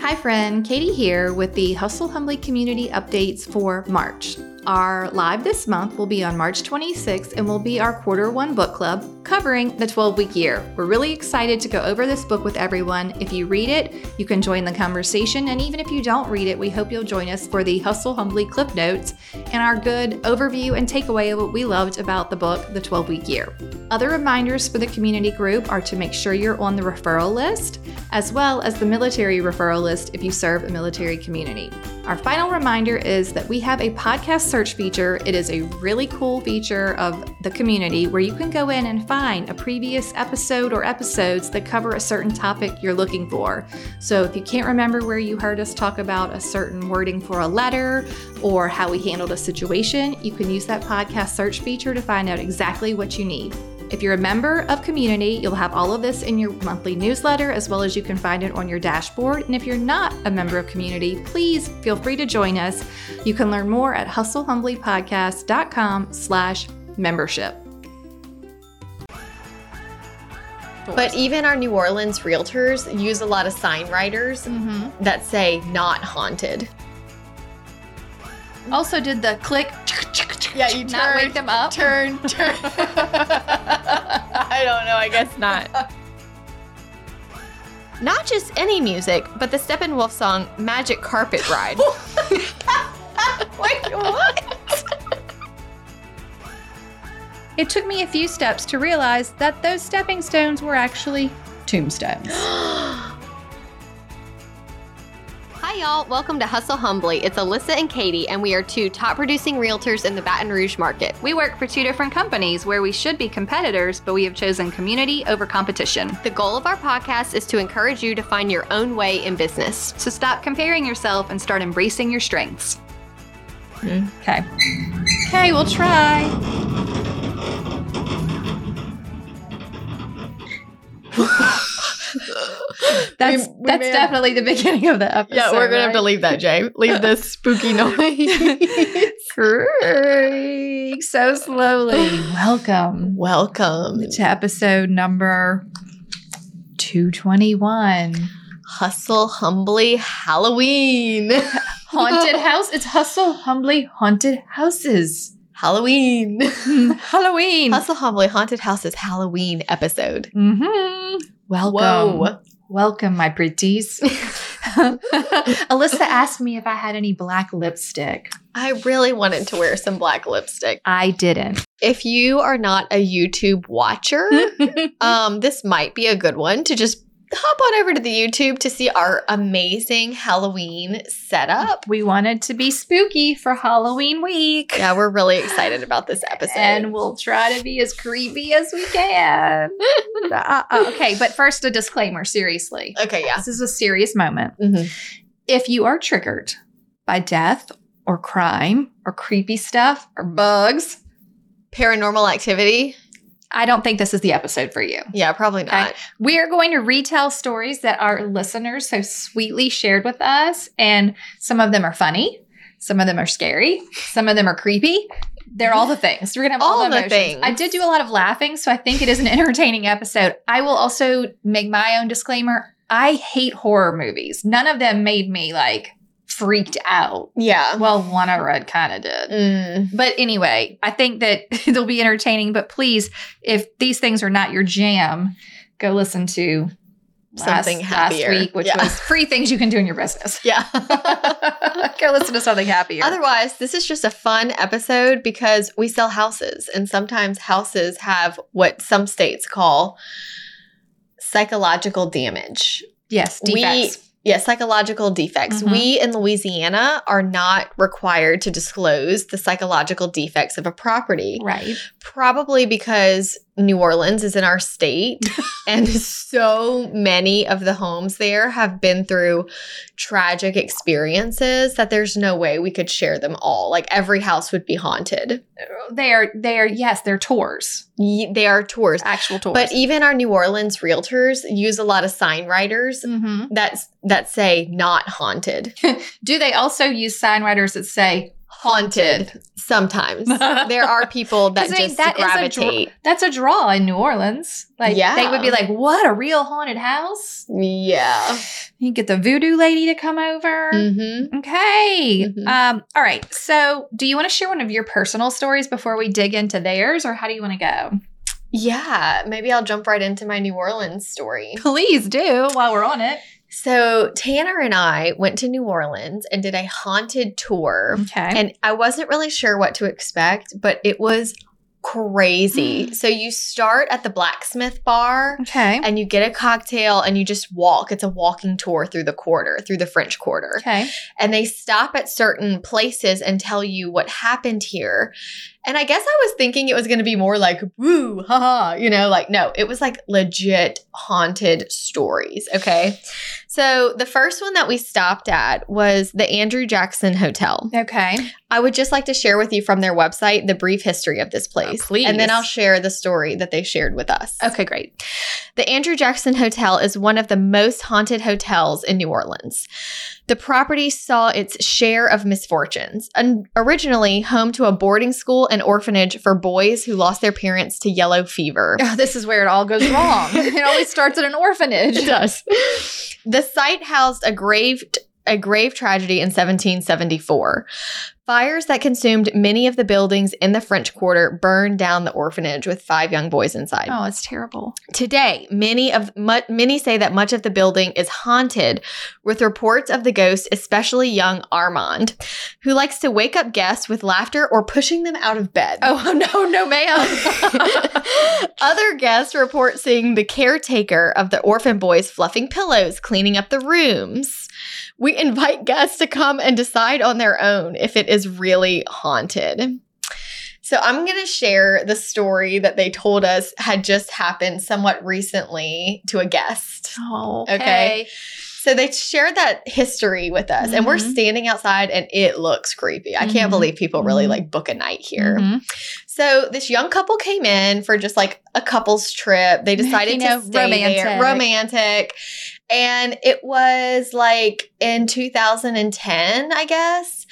Hi, friend. Katie here with the Hustle Humbly community updates for March. Our live this month will be on March 26th and will be our quarter one book club covering the 12 week year. We're really excited to go over this book with everyone. If you read it, you can join the conversation. And even if you don't read it, we hope you'll join us for the Hustle Humbly Clip Notes and our good overview and takeaway of what we loved about the book, The 12 Week Year. Other reminders for the community group are to make sure you're on the referral list, as well as the military referral list if you serve a military community. Our final reminder is that we have a podcast search feature. It is a really cool feature of the community where you can go in and find a previous episode or episodes that cover a certain topic you're looking for. So if you can't remember where you heard us talk about a certain wording for a letter or how we handled a situation, you can use that podcast search feature to find out exactly what you need. If you're a member of community, you'll have all of this in your monthly newsletter as well as you can find it on your dashboard. And if you're not a member of community, please feel free to join us. You can learn more at hustlehumblypodcast.com slash membership. But even our New Orleans realtors use a lot of sign writers Mhm. that say not haunted. Also did the click Yeah, you not wake them up. Turn, turn. I don't know. I guess not. Not just any music, but the Steppenwolf song Magic Carpet Ride. Wait, what? It took me a few steps to realize that those stepping stones were actually tombstones. Hi, y'all. Welcome to Hustle Humbly. It's Alyssa and Katie, and we are two top producing realtors in the Baton Rouge market. We work for two different companies where we should be competitors, but we have chosen community over competition. The goal of our podcast is to encourage you to find your own way in business. So stop comparing yourself and start embracing your strengths. Okay. Okay, we'll try. that's We- we that's may have- definitely the beginning of the episode. Yeah, we're gonna have to right? leave that, Jay. Leave this spooky noise. Creak so slowly. Welcome Welcome to episode number 221. Hustle Humbly Halloween. Haunted house. It's Hustle Humbly Haunted Houses. Halloween. Hmm, Halloween. Hustle Humbly Haunted Houses Halloween episode. Mm-hmm. Welcome. Whoa. Welcome, my pretties. Alyssa asked me if I had any black lipstick. I really wanted to wear some black lipstick. I didn't. If you are not a YouTube watcher, Mm-hmm. um, this might be a good one to just hop on over to the YouTube to see our amazing Halloween setup. we wanted to be spooky for Halloween week. Yeah, we're really excited about this episode. And we'll try to be as creepy as we can. Uh, uh, okay, but first, a disclaimer seriously. okay, yeah. This is a serious moment. Mhm. If you are triggered by death or crime or creepy stuff or bugs, Paranormal activity? I don't think this is the episode for you. Yeah, probably not. We are going to retell stories that our listeners have sweetly shared with us, and some of them are funny, some of them are scary, some of them are creepy. They're all the things. We're gonna have all, All the, the things. things. I did do a lot of laughing, so I think it is an entertaining episode. I will also make my own disclaimer. I hate horror movies. None of them made me like freaked out. Yeah. Well, one I read kind of did. Mm. But anyway, I think that it'll be entertaining. But please, if these things are not your jam, go listen to Something last, happier. last week, which Yeah. was free things you can do in your business. Yeah. go listen to something happier. Otherwise, this is just a fun episode because we sell houses, and sometimes houses have what some states call psychological damage. yes, we- defects. Yeah, psychological defects. Mhm. We in Louisiana are not required to disclose the psychological defects of a property, right. probably because New Orleans is in our state, and so many of the homes there have been through tragic experiences that there's no way we could share them all. Like every house would be haunted. They are. They are. Yes, they're tours. Ye- They are tours. Actual tours. But e- even our New Orleans realtors use a lot of sign writers Mhm. that's that say not haunted. do they also use sign writers that say Haunted sometimes. there are people that 'Cause they- just that is a dr- gravitate. that's a draw in New Orleans? Like Yeah. they would be like, what a real haunted house. yeah. You get the voodoo lady to come over. Mm-hmm. Okay. Mhm. Um, all right. So, do you want to share one of your personal stories before we dig into theirs, or how do you want to go? Yeah, maybe I'll jump right into my New Orleans story. Please do while we're on it. So, Tanner and I went to New Orleans and did a haunted tour. Okay. And I wasn't really sure what to expect, but it was crazy. so, you start at the blacksmith bar okay. and you get a cocktail and you just walk. It's a walking tour through the quarter, through the French quarter. Okay. and they stop at certain places and tell you what happened here. And I guess I was thinking it was going to be more like woo, haha, you know, like no, it was like legit haunted stories, okay? So the first one that we stopped at was the Andrew Jackson Hotel. Okay. I would just like to share with you from their website the brief history of this place. please. And then I'll share the story that they shared with us. Okay. Great. The Andrew Jackson Hotel is one of the most haunted hotels in New Orleans. The property saw its share of misfortunes. And originally home to a boarding school and orphanage for boys who lost their parents to yellow fever. Oh, this is where it all goes wrong. it always starts at an orphanage. does. the site housed a grave a grave tragedy in 1774. Fires that consumed many of the buildings in the French Quarter burned down the orphanage with five young boys inside. Oh, it's terrible. Today, many of mu- many say that much of the building is haunted, with reports of the ghost, especially young Armand, who likes to wake up guests with laughter or pushing them out of bed. Oh no, no, ma'am. Other guests report seeing the caretaker of the orphan boys fluffing pillows, cleaning up the rooms. We invite guests to come and decide on their own if it is really haunted. So, I'm going to share the story that they told us had just happened somewhat recently to a guest. oh, Okay. So, they shared that history with us, and we're Mhm. standing outside, and it looks creepy. I Mhm. can't believe people really Mhm. like book a night here. Here. So this young couple came in for just like a couple's trip. They decided You know, to stay there, romantic. romantic, and it was like in 2010, I guess.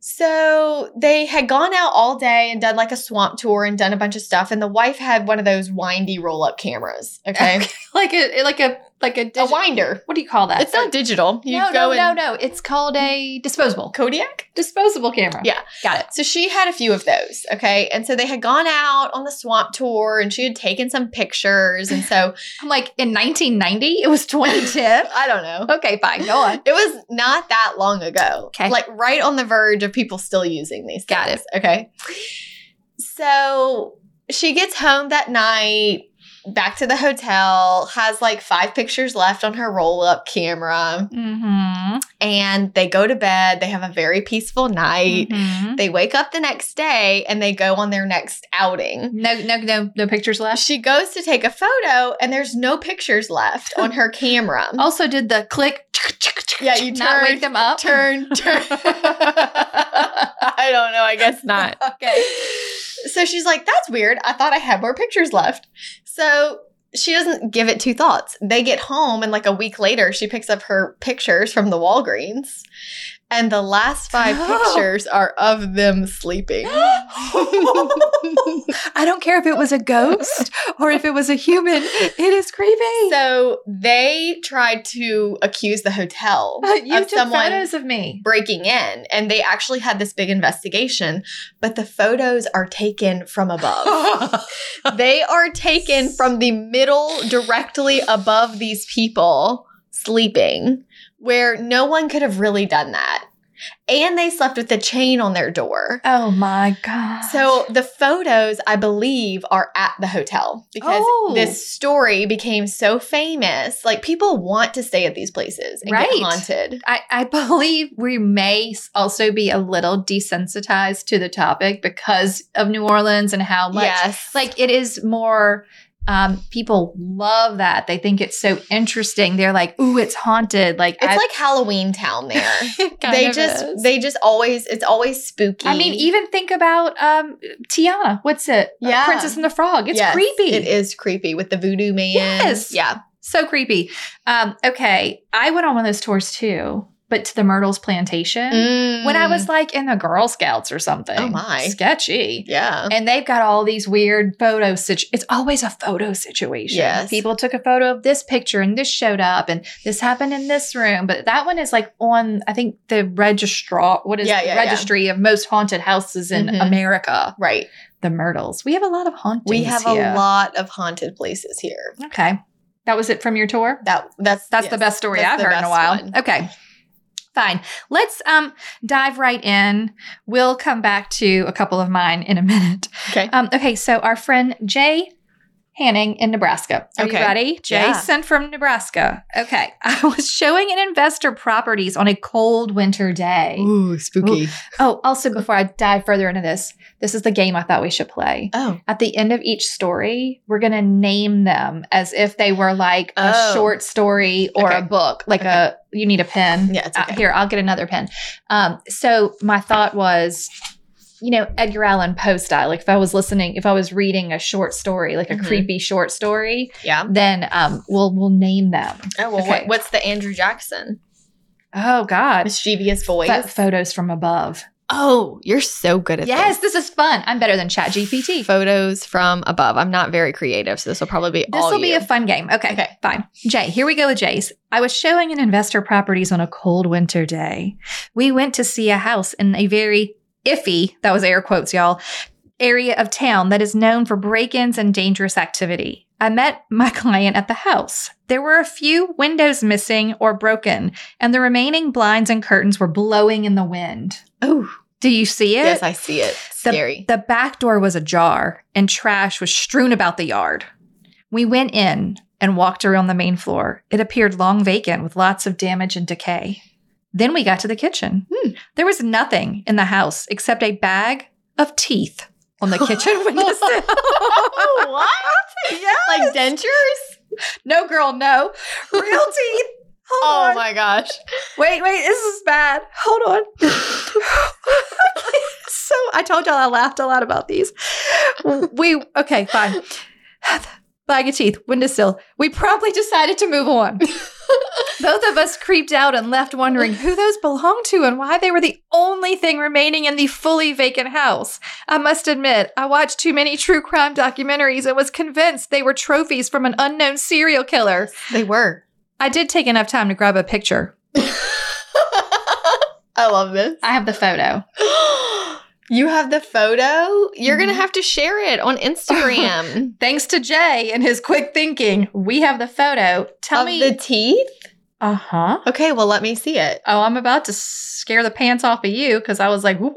So they had gone out all day and done like a swamp tour and done a bunch of stuff. And the wife had one of those windy roll up cameras. Okay, Like a like a like a, a digi- winder. what do you call that? It's not digital. You no, go no, in no, no. It's called a disposable. Kodiak. Disposable camera. Yeah. Got it. So she had a few of those, okay? And so they had gone out on the swamp tour and she had taken some pictures. And so I'm like, in 1990, it was 2010. I don't know. okay, fine. Go on. It was not that long ago. Okay. Like right on the verge of people still using these. Got things, Okay. So she gets home that night, back to the hotel, has like five pictures left on her roll up camera, Mm-hmm. and they go to bed. They have a very peaceful night. Mm-hmm. They wake up the next day and they go on their next outing. No, no, no, no pictures left. She goes to take a photo and there's no pictures left on her camera. Also, did the click? Yeah, you not wake turned- them up. turn, turn. I don't know. I guess not. Okay. So she's like, that's weird. I thought I had more pictures left. So she doesn't give it two thoughts. They get home, and like a week later, she picks up her pictures from the Walgreens. And the last five Oh. pictures are of them sleeping. I don't care if it was a ghost or if it was a human. It is creepy. so they tried to accuse the hotel you of took someone photos of me. breaking in and they actually had this big investigation but the photos are taken from above Oh they are taken from the middle directly above these people sleeping where no one could have really done that and they slept with a chain on their door oh my god. so the photos i believe are at the hotel because Oh. this story became so famous like people want to stay at these places and Right. get haunted I, I believe we may s- also be a little desensitized to the topic because of New Orleans and how much yes like it is more um people love that. They think it's so interesting. They're like, ooh, it's haunted. Like It's I- like Halloween town there. It kind they of just is. they just always it's always spooky. I mean, even think about um Tiana. What's it? Uh, Yeah. Princess and the Frog. It's Yes, creepy. It is creepy with the voodoo man. Yes. Yeah. So creepy. Um, okay. I went on one of those tours too. but to the Myrtles plantation when I was like in the Girl Scouts or something. Mm. Oh, my. Sketchy. yeah. And they've got all these weird photo situ. It's always a photo situation. Yes. People took a photo of this picture and this showed up and this happened in this room. But that one is like on, I think, the registrar. What is Yeah, the yeah, yeah. registry of most haunted houses in Mhm. America? Right. The Myrtles. We have a lot of hauntings. We have here. a lot of haunted places here. Okay. That was it from your tour? That that's That's the yes. best story That's I've the heard in a best while. one. Okay. Fine. Let's um dive right in. We'll come back to a couple of mine in a minute. Okay. Um, okay, so our friend Jay Hanning in Nebraska. Are Okay. you ready? Yeah. Jason from Nebraska. Okay. I was showing an investor properties on a cold winter day. Ooh, spooky. Oh, also before I dive further into this, this is the game I thought we should play. Oh. At the end of each story, we're going to name them as if they were like a Oh. short story or a Okay. book, like a you need a pen. Yeah, it's Uh, okay. here, I'll get another pen. Um, so my thought was you know, Edgar Allan Poe style. Like if I was listening, if I was reading a short story, like a Mhm. creepy short story, Yeah. then um, we'll we'll name them. Oh well, Okay. what, what's the Andrew Jackson Oh God, mischievous voice? Pho- photos from above. oh, you're so good at Yes, this is fun. I'm better than Chat GPT. this. Photos from above. I'm not very creative, so this will probably be This all will be you. a fun game. Okay, Okay. fine. Jay, here we go with Jay's. I was showing an investor properties on a cold winter day. We went to see a house in a very iffy, that was air quotes, y'all, area of town that is known for break ins and dangerous activity. I met my client at the house. There were a few windows missing or broken, and the remaining blinds and curtains were blowing in the wind. oh Do you see it? yes, I see it. Scary. The back door was ajar and trash was strewn about the yard. We went in and walked around the main floor. It appeared long vacant with lots of damage and decay. Then we got to the kitchen. Hmm. There was nothing in the house except a bag of teeth on the kitchen windowsill. what? Like dentures? No, girl, no. Real teeth. Hold Oh on. my gosh. Wait, wait, this is bad. Hold on. so I told y'all I laughed a lot about these. We okay, fine. Bag of teeth, windowsill. We promptly decided to move on. Both of us creeped out and left wondering who those belonged to and why they were the only thing remaining in the fully vacant house. I must admit, I watched too many true crime documentaries and was convinced they were trophies from an unknown serial killer. They were. I did take enough time to grab a picture. I love this. I have the photo. you have the photo? You're going to Mhm. have to share it on Instagram. Thanks to Jay and his quick thinking, we have the photo. Tell of me. the teeth? uh huh. Okay, well, let me see it. Oh, I'm about to scare the pants off of you because I was like, "Whoa."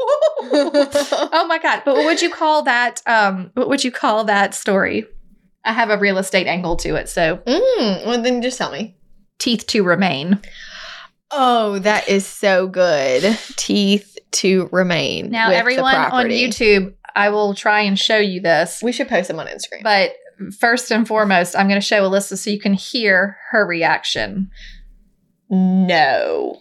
Mm, oh my god! But what would you call that? Um, what would you call that story? I have a real estate angle to it, so Mm, well, then just tell me. teeth to remain. Oh, that is so good. Teeth to remain. Now, with the everyone on property. YouTube, I will try and show you this. We should post them on Instagram. But first and foremost, I'm going to show Alyssa so you can hear her reaction. no,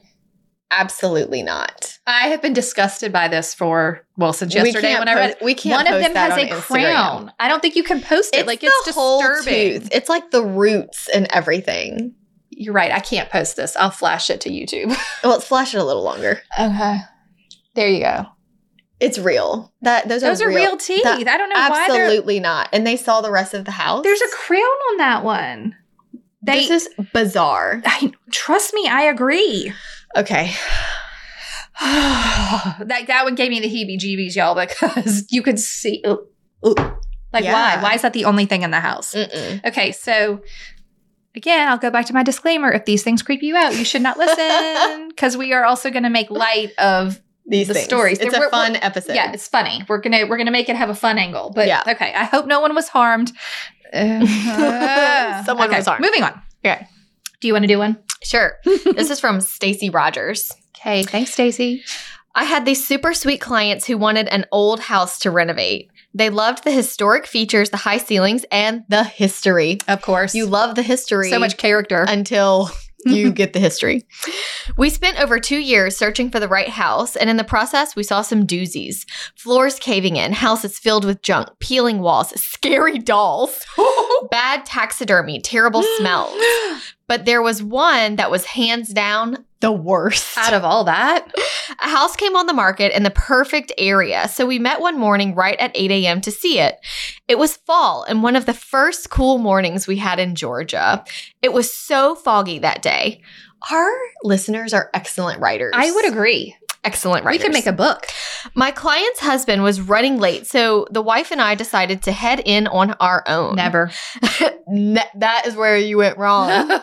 absolutely not. I have been disgusted by this for well since yesterday can't when I read. post- we One can't. of post them that has a on Instagram. crown. I don't think you can post it. like it's the whole disturbing. tooth. It's like the roots and everything. You're right. I can't post this. I'll flash it to YouTube. Well, flash it a little longer. Okay. There you go. It's real. That those, Those are real, teeth. That- I don't know why they're. Absolutely not. And they saw the rest of the house. There's a crown on that one. They. this is bizarre. I, trust me, I agree. Okay. that that one gave me the heebie-jeebies, y'all, because you could see. ooh, ooh. Like Yeah. why? Why is that the only thing in the house? Mm-mm. Okay, so again, I'll go back to my disclaimer. If these things creep you out, you should not listen because we are also going to make light of. These The things. stories. It's They're- a we're- fun episode. Yeah, it's funny. We're gonna we're gonna make it have a fun angle. But Yeah. okay, I hope no one was harmed. Uh, Someone okay, was harmed. Moving on. Okay. Do you want to do one? Sure. this is from Stacy Rogers. Okay. Thanks, Stacy. I had these super sweet clients who wanted an old house to renovate. They loved the historic features, the high ceilings, and the history. Of course. You love the history. so much character. until you get the history. We spent over two years searching for the right house, and in the process, we saw some doozies floors caving in, houses filled with junk, peeling walls, scary dolls, bad taxidermy, terrible smells. But there was one that was hands down the worst. Out of all that, A house came on the market in the perfect area, so we met one morning right at 8 a.m. to see it. It was fall and one of the first cool mornings we had in Georgia. It was so foggy that day. Our listeners are excellent writers. I would agree. Excellent writers. We could make a book. My client's husband was running late, so the wife and I decided to head in on our own. Never. Ne- that is where you went wrong.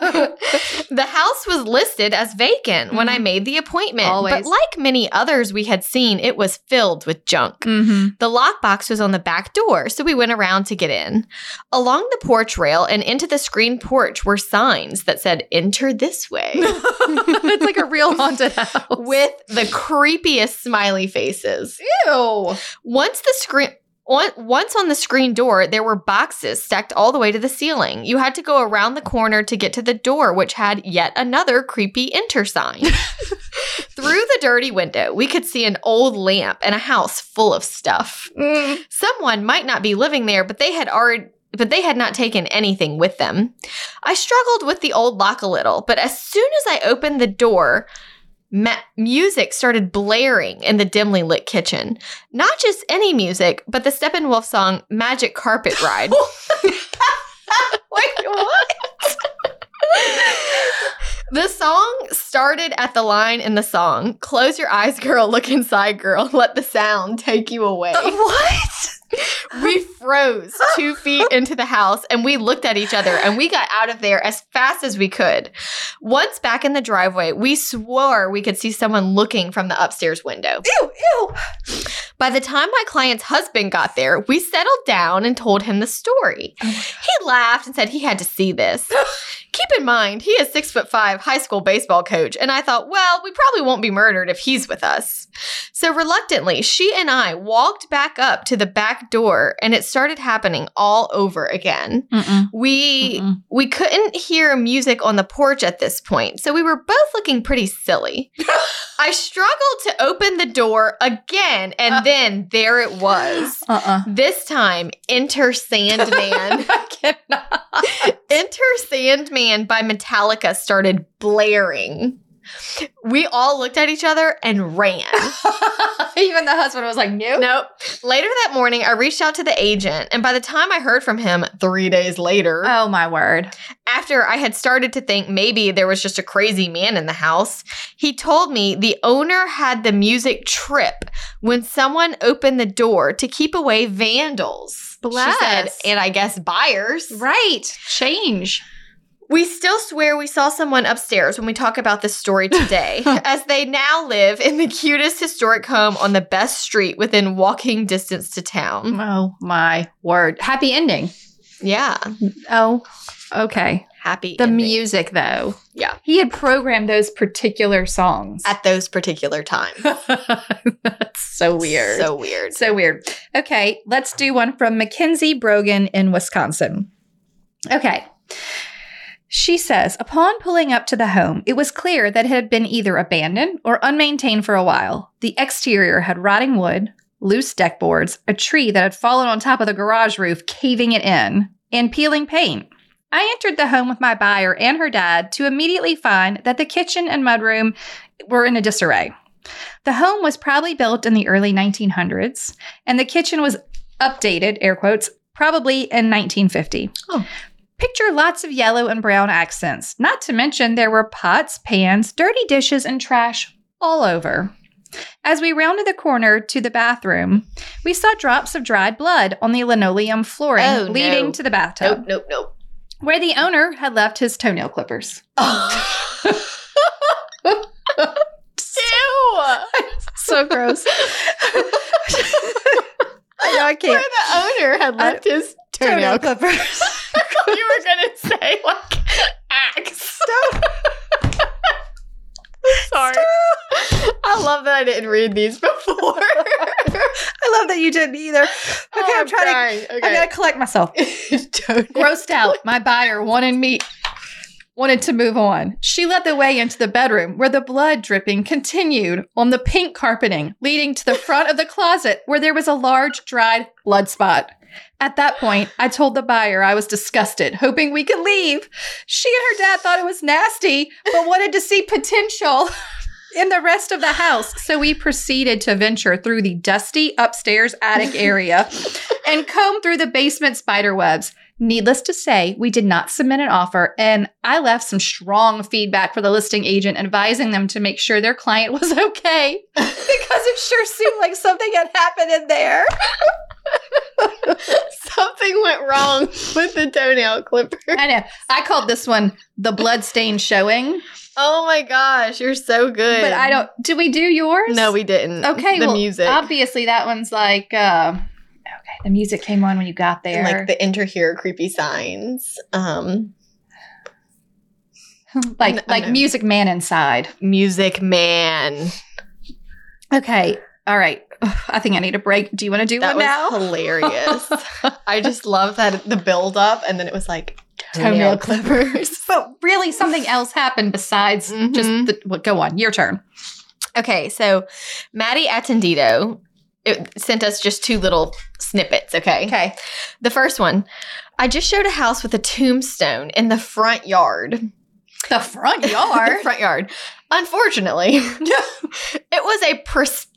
the house was listed as vacant when I Mhm. made the appointment, but Always. like many others we had seen, it was filled with junk. Mm-hmm. The lockbox was on the back door, so we went around to get in. Along the porch rail and into the screen porch were signs that said, Enter this way, it's like a real haunted house. with the creepiest smiley faces. Ew. Once the screen. On, once on the screen door, there were boxes stacked all the way to the ceiling. You had to go around the corner to get to the door, which had yet another creepy enter sign. Through the dirty window, we could see an old lamp and a house full of stuff. Mm. Someone might not be living there, but they had already but they had not taken anything with them. I struggled with the old lock a little, but as soon as I opened the door, ma- music started blaring in the dimly lit kitchen. Not just any music, but the Steppenwolf song Magic Carpet Ride. Wait, what? the song started at the line in the song Close your eyes, girl, look inside, girl, let the sound take you away. What? We froze two feet into the house and we looked at each other and we got out of there as fast as we could. Once back in the driveway, we swore we could see someone looking from the upstairs window. Ew, ew. By the time my client's husband got there, we settled down and told him the story. Oh my he laughed and said he had to see this. Keep in mind, he is six foot five high school baseball coach, and I thought, well, we probably won't be murdered if he's with us. So reluctantly, she and I walked back up to the back door, and it started happening all over again. We Mm-mm. we couldn't hear music on the porch at this point, so we were both looking pretty silly. I struggled to open the door again, and Uh. then there it was. Uh-uh. This time, Enter Sandman. I cannot. Enter Sandman by Metallica started blaring. We all looked at each other and ran. Even the husband was like, no. nope. Later that morning, I reached out to the agent, and by the time I heard from him three days later, Oh, my word. after I had started to think maybe there was just a crazy man in the house, he told me the owner had the music trip when someone opened the door to keep away vandals. She said, Bless. and I guess buyers. Right. Change. We still swear we saw someone upstairs when we talk about this story today, as they now live in the cutest historic home on the best street within walking distance to town. Oh, my word. Happy ending. Yeah. Oh, okay. Happy. The ending music, though. Yeah. He had programmed those particular songs. At those particular times. That's so weird. So weird. So weird. Okay, let's do one from Mackenzie Brogan in Wisconsin. Okay. She says, upon pulling up to the home, it was clear that it had been either abandoned or unmaintained for a while. The exterior had rotting wood, loose deck boards, a tree that had fallen on top of the garage roof, caving it in, and peeling paint. I entered the home with my buyer and her dad to immediately find that the kitchen and mudroom were in a disarray. The home was probably built in the early 1900s, and the kitchen was updated, air quotes, probably in 1950. Oh. Picture lots of yellow and brown accents, not to mention there were pots, pans, dirty dishes, and trash all over. As we rounded the corner to the bathroom, we saw drops of dried blood on the linoleum flooring Oh, no. leading to the bathtub, Nope, nope, nope. where the owner had left his toenail clippers. Ew! So gross. I know I Where can't. the owner had left his toenail. clippers. you were gonna say like axe. Sorry. I love that I didn't read these before. I love that you didn't either. Okay, Oh, Oh, I'm trying to. to. I gotta collect myself. Grossed out, my buyer wanted me. Wanted to move on. She led the way into the bedroom where the blood dripping continued on the pink carpeting, leading to the front of the closet where there was a large dried blood spot. At that point, I told the buyer I was disgusted, hoping we could leave. She and her dad thought it was nasty, but wanted to see potential in the rest of the house. So we proceeded to venture through the dusty upstairs attic area and comb through the basement spider webs. Needless to say, we did not submit an offer, and I left some strong feedback for the listing agent advising them to make sure their client was okay because it sure seemed like something had happened in there. Something went wrong with the toenail clipper. I know. I called this one the bloodstain showing, Oh my gosh, you're so good. but I don't. Do we do yours? No, we didn't. Okay, the well, music, Obviously, that one's like. Uh, okay, the music came on when you got there. and, like the enter here creepy signs. Um, like, No, like no. music man inside. music man. Okay. All right. Ugh, I think I need a break. Do you want to do That one was now? hilarious. I just love that the build up, and then it was like Toenail toenail clippers. but really, something else happened besides just Mhm. the. Well, go on. Your turn. Okay, so Maddie Attendito it sent us just two little snippets, okay? Okay. The first one I just showed a house with a tombstone in the front yard. The front yard. The front yard. Unfortunately, it was a pers-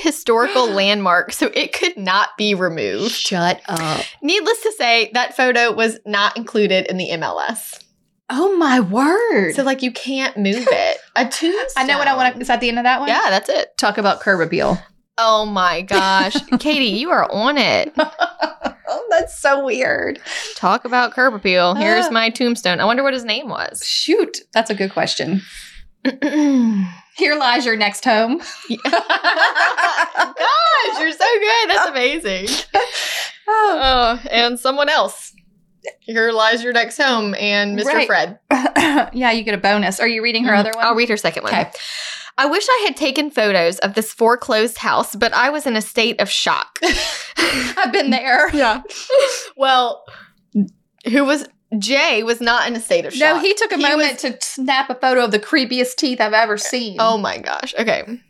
historical landmark, so it could not be removed. Shut up. Needless to say, that photo was not included in the MLS. Oh my word. So, like, you can't move it. A tombstone. I know what I want to. Is that the end of that one? Yeah, that's it. Talk about curb appeal. Oh my gosh. Katie, you are on it. oh, that's so weird. Talk about curb Ah. appeal. Here's my tombstone. I wonder what his name was. Shoot. That's a good question. Here lies your next home. Gosh, you're so good. That's amazing. Oh. Oh, and someone else. Here lies your next home and Mr. Right. Fred. Mm-hmm. yeah, you get a bonus. Mm, Are you reading her other one? I'll read her second one. Okay. I wish I had taken photos of this foreclosed house, but I was in a state of shock. I've been there. yeah. Well, who was Jay was not in a state of shock. No, he took a He moment to snap a photo of the creepiest teeth I've ever seen. Oh my gosh. Okay.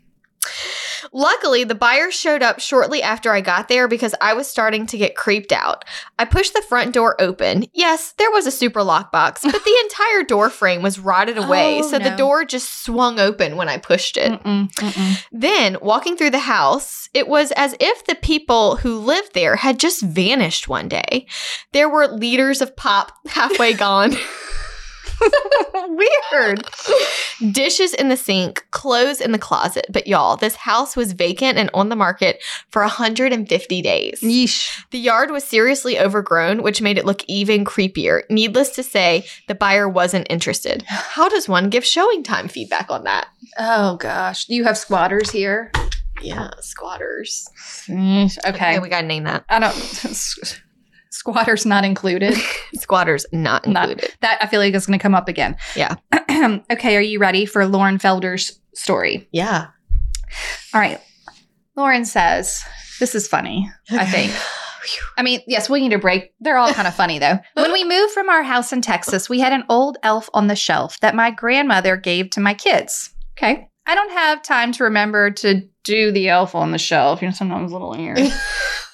Luckily, the buyer showed up shortly after I got there because I was starting to get creeped out. I pushed the front door open. Yes, there was a super lockbox, but the entire door frame was rotted away, Oh, so the no. door just swung open when I pushed it. Mm-mm, mm-mm. Then, walking through the house, it was as if the people who lived there had just vanished one day. There were liters of pop halfway gone. Weird. Dishes in the sink, clothes in the closet. But y'all, this house was vacant and on the market for 150 days. Yeesh. The yard was seriously overgrown, which made it look even creepier. Needless to say, the buyer wasn't interested. How does one give showing time feedback on that? Oh gosh. You have squatters here. Yeah, squatters. Mm, Okay. Okay, we gotta name that. I don't s- squatters not included. Squatters not Not- included. that I feel like is going to come up again. Yeah. okay, are you ready for Lauren Felder's story? yeah. All right. Lauren says, This is funny, I think. Phew. I mean, yes, we need a break. They're all kind of funny, though. When we moved from our house in Texas, we had an old elf on the shelf that my grandmother gave to my kids. Okay. I don't have time to remember to do the elf on the shelf. You know, sometimes little ears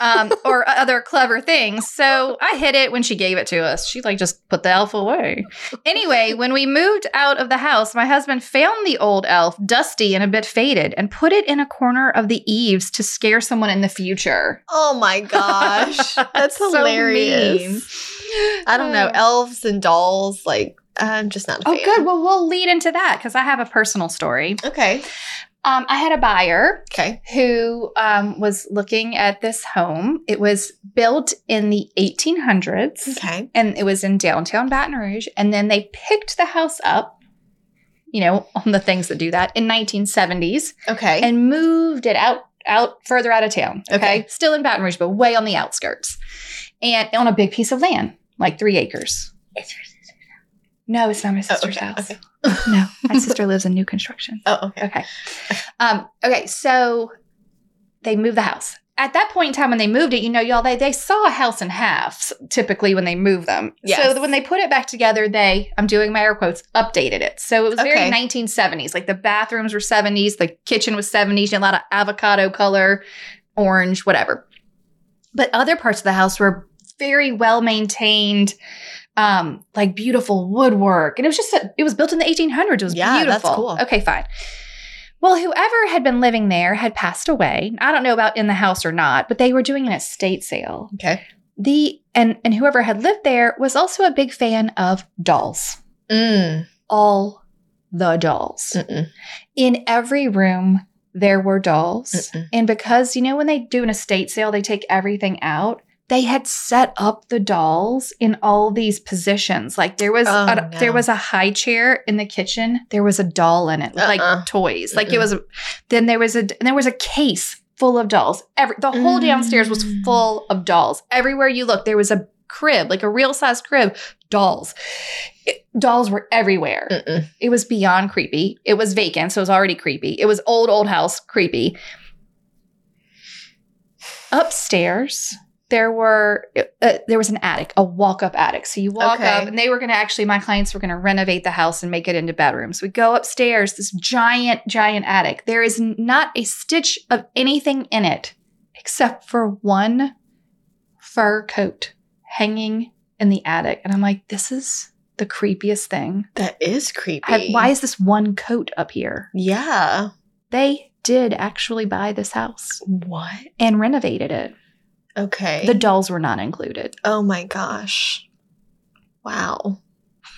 um, or other clever things. So I hid it when she gave it to us. She like just put the elf away. Anyway, when we moved out of the house, my husband found the old elf, dusty and a bit faded, and put it in a corner of the eaves to scare someone in the future. Oh my gosh. That's So mean. hilarious. I don't know. Uh, Elves and dolls, like, I'm just not a Oh, fan. good. Well, we'll lead into that because I have a personal story. Okay. Um, I had a buyer Okay. who um, was looking at this home. It was built in the 1800s. Okay. and it was in downtown Baton Rouge. And then they picked the house up, you know, on the things that do that in 1970s Okay. and moved it out out further out of town. Okay? Okay. still in Baton Rouge, but way on the outskirts, and on a big piece of land, like three acres. No, it's not my Oh, sister's okay, house. okay. No, my sister lives in new construction. Oh, okay. Okay. Um, okay, so they moved the house. At that point in time when they moved it, you know, y'all, they, they saw a house in halves typically when they move them. Yes. So when they put it back together, they, I'm doing my air quotes, updated it. So it was very Okay. 1970s. Like the bathrooms were 70s, the kitchen was 70s, you had a lot of avocado color, orange, whatever. But other parts of the house were very well maintained, um, like beautiful woodwork. And it was just, a, it was built in the 1800s. It was Yeah, that's beautiful. cool. Okay, fine. Well, whoever had been living there had passed away. I don't know about in the house or not, but they were doing an estate sale. Okay. The and and whoever had lived there was also a big fan of dolls. Mm. All the dolls. Mm-mm. In every room there were dolls. Mm-mm. And because, you know, when they do an estate sale, they take everything out. They had set up the dolls in all these positions. Like there was Oh, a, no. there was a high chair in the kitchen. There was a doll in it, with, Uh-uh. like toys. Like it Mm-mm. was. a- Then there was a and there was a case full of dolls. Every the whole downstairs was Mm. full of dolls. Everywhere you looked, there was a crib, like a real size crib, dolls. It- dolls were everywhere. Mm-mm. It was beyond creepy. It was vacant, so it was already creepy. It was old, old house, creepy. Upstairs, there were uh, there was an attic, a walk-up attic. So you walk Okay. up, and they were going to actually, my clients were going to renovate the house and make it into bedrooms. We go upstairs, this giant, giant attic. There is not a stitch of anything in it except for one fur coat hanging in the attic, and I'm like, this is the creepiest thing That is creepy. have, why is this one coat up here? Yeah. They did actually buy this house What? and renovated it. Okay. The dolls were not included. oh my gosh. Wow.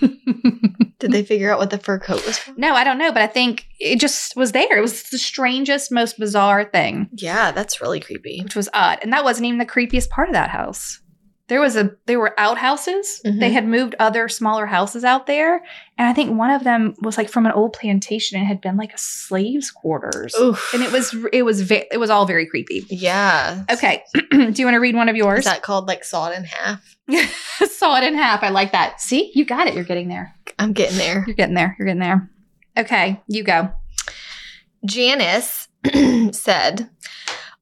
Did they figure out what the fur coat was from? no, I don't know, but I think it just was there. It was the strangest, most bizarre thing, Yeah, that's really creepy. which was odd. And that wasn't even the creepiest part of that house. There was a there were outhouses. Mhm. They had moved other smaller houses out there, and I think one of them was like from an old plantation and had been like a slave's quarters. Oof. And it was it was ve- it was all very creepy. Yeah. Okay, do you want to read one of yours? Is that called like sawed in half? saw it in half. I like that. See, you got it. You're getting there. I'm getting there. You're getting there. You're getting there. Okay, you go. Janice said,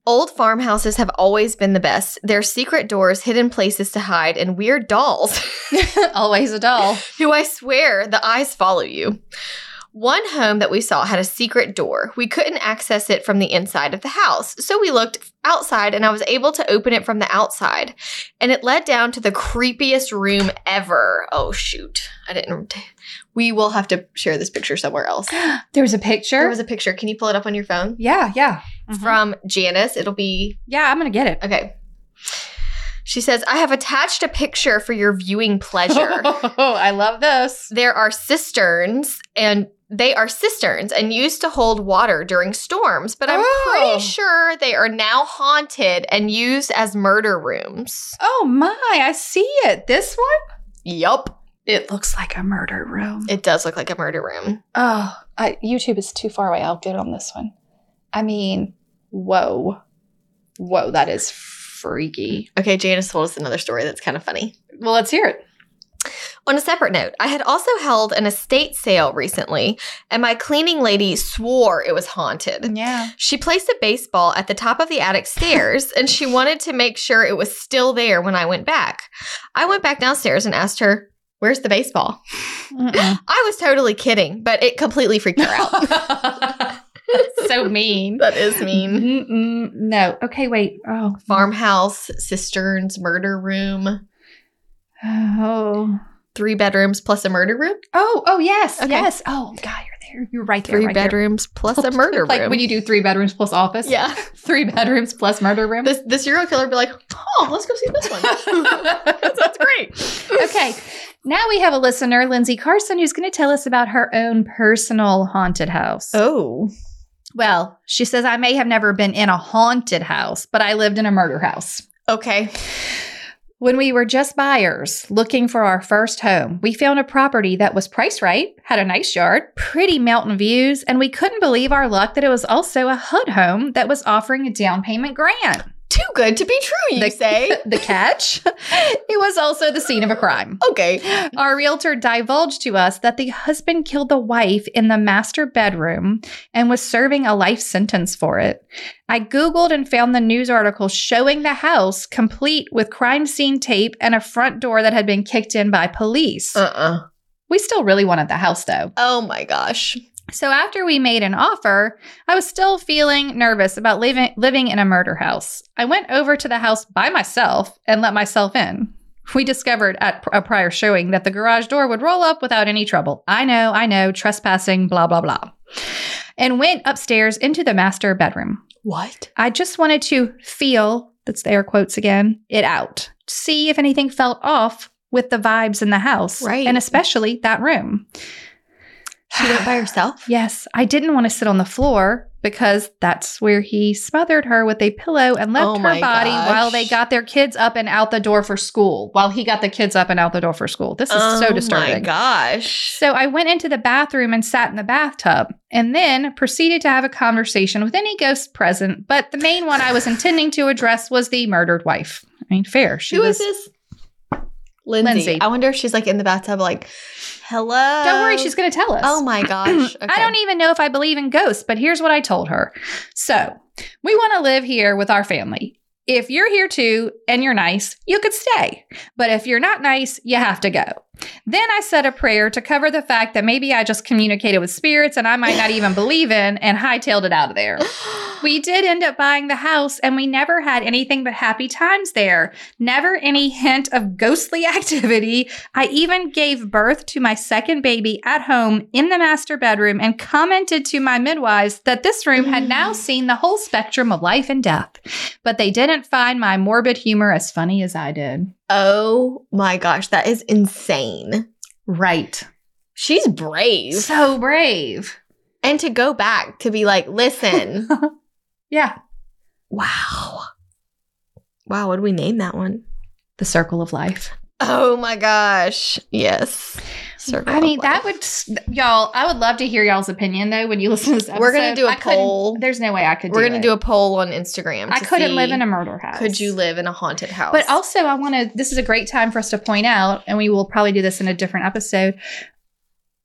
Old farmhouses have always been the best. Their secret doors, hidden places to hide, and weird dolls Always a doll. who I swear the eyes follow you. One home that we saw had a secret door. We couldn't access it from the inside of the house, so we looked outside and I was able to open it from the outside. And it led down to the creepiest room ever. Oh, shoot. I didn't. We will have to share this picture somewhere else. There was a picture. Mm-hmm. There was a picture. Can you pull it up on your phone? yeah, yeah, from Janice. It'll be yeah. I'm gonna get it. okay. She says, I have attached a picture for your viewing pleasure. I love this. there are cisterns and they are cisterns and used to hold water during storms, but I'm Oh. pretty sure they are now haunted and used as murder rooms. Oh my! I see it. This one. Yup. It looks like a murder room. It does look like a murder room. oh, I, YouTube is too far away. I'll get on this one. I mean, whoa, whoa, that is freaky. Okay, Janice told us another story that's kind of funny. Well, let's hear it. On a separate note, I had also held an estate sale recently, and my cleaning lady swore it was haunted. Yeah. She placed a baseball at the top of the attic stairs and she wanted to make sure it was still there when I went back. I went back downstairs and asked her, Where's the baseball? I was totally kidding, but it completely freaked her out. so mean. Mm-hmm. that is mean. Mm-mm, no. Okay, wait. Oh. Farmhouse, cisterns, murder room, Oh. three bedrooms plus a murder room, Oh, oh yes. Okay. Yes. Oh God, you're there. You're right there. three right there. bedrooms plus a murder like room. when you do three bedrooms plus office. yeah. Three bedrooms plus murder room. This, the serial killer would be like, Oh, let's go see this one. That's great. okay. Now we have a listener, Lindsay Carson, who's going to tell us about her own personal haunted house. Oh. Well, she says, I may have never been in a haunted house, but I lived in a murder house. Okay. When we were just buyers looking for our first home, we found a property that was priced right, had a nice yard, pretty mountain views, and we couldn't believe our luck that it was also a HUD home that was offering a down payment grant. Too good to be true, you The- say. The catch? it was also the scene of a crime. Okay. Our realtor divulged to us that the husband killed the wife in the master bedroom and was serving a life sentence for it. I Googled and found the news article showing the house complete with crime scene tape and a front door that had been kicked in by police. Uh uh we still really wanted the house though. Oh my gosh. So after we made an offer, I was still feeling nervous about living living in a murder house. I went over to the house by myself and let myself in. We discovered at pr- a prior showing that the garage door would roll up without any trouble. I know, I know, trespassing, blah blah blah. And went upstairs into the master bedroom. What? I just wanted to feel, that's the air quotes again, it out. See if anything felt off with the vibes in the house. Right. And especially that room. She went by herself? Yes, I didn't want to sit on the floor because that's where he smothered her with a pillow and left Oh her my body gosh. while they got their kids up and out the door for school. While he got the kids up and out the door for school. This is so disturbing. Oh my gosh. So I went into the bathroom and sat in the bathtub and then proceeded to have a conversation with any ghost present, but the main one I was intending to address was the murdered wife. I mean, fair. She Who was is this? Lindsay. Lindsay. I wonder if she's like in the bathtub, like, hello. Don't worry, she's going to tell us. Oh my gosh. I don't even know if I believe in ghosts, but here's what I told her. So, we want to live here with our family. If you're here too and you're nice, you could stay. But if you're not nice, you have to go. Then I said a prayer to cover the fact that maybe I just communicated with spirits and I might not even believe in and hightailed it out of there. We did end up buying the house and we never had anything but happy times there. Never any hint of ghostly activity. I even gave birth to my second baby at home in the master bedroom and commented to my midwives that this room had now seen the whole spectrum of life and death. But they didn't find my morbid humor as funny as I did. Oh my gosh. That is insane. Right. She's brave. So brave. And to go back to be like, listen. Yeah. wow. Wow. What do we name that one? The circle of life. Oh my gosh. Yes. Circle I of mean, that life. would, y'all, I would love to hear y'all's opinion though when you listen to this episode. We're gonna do a I couldn't- poll. There's no way I could We're do going it. to do a poll on Instagram. I to couldn't see, live in a murder house. Could you live in a haunted house? But also, I want to. This is a great time for us to point out, and we will probably do this in a different episode.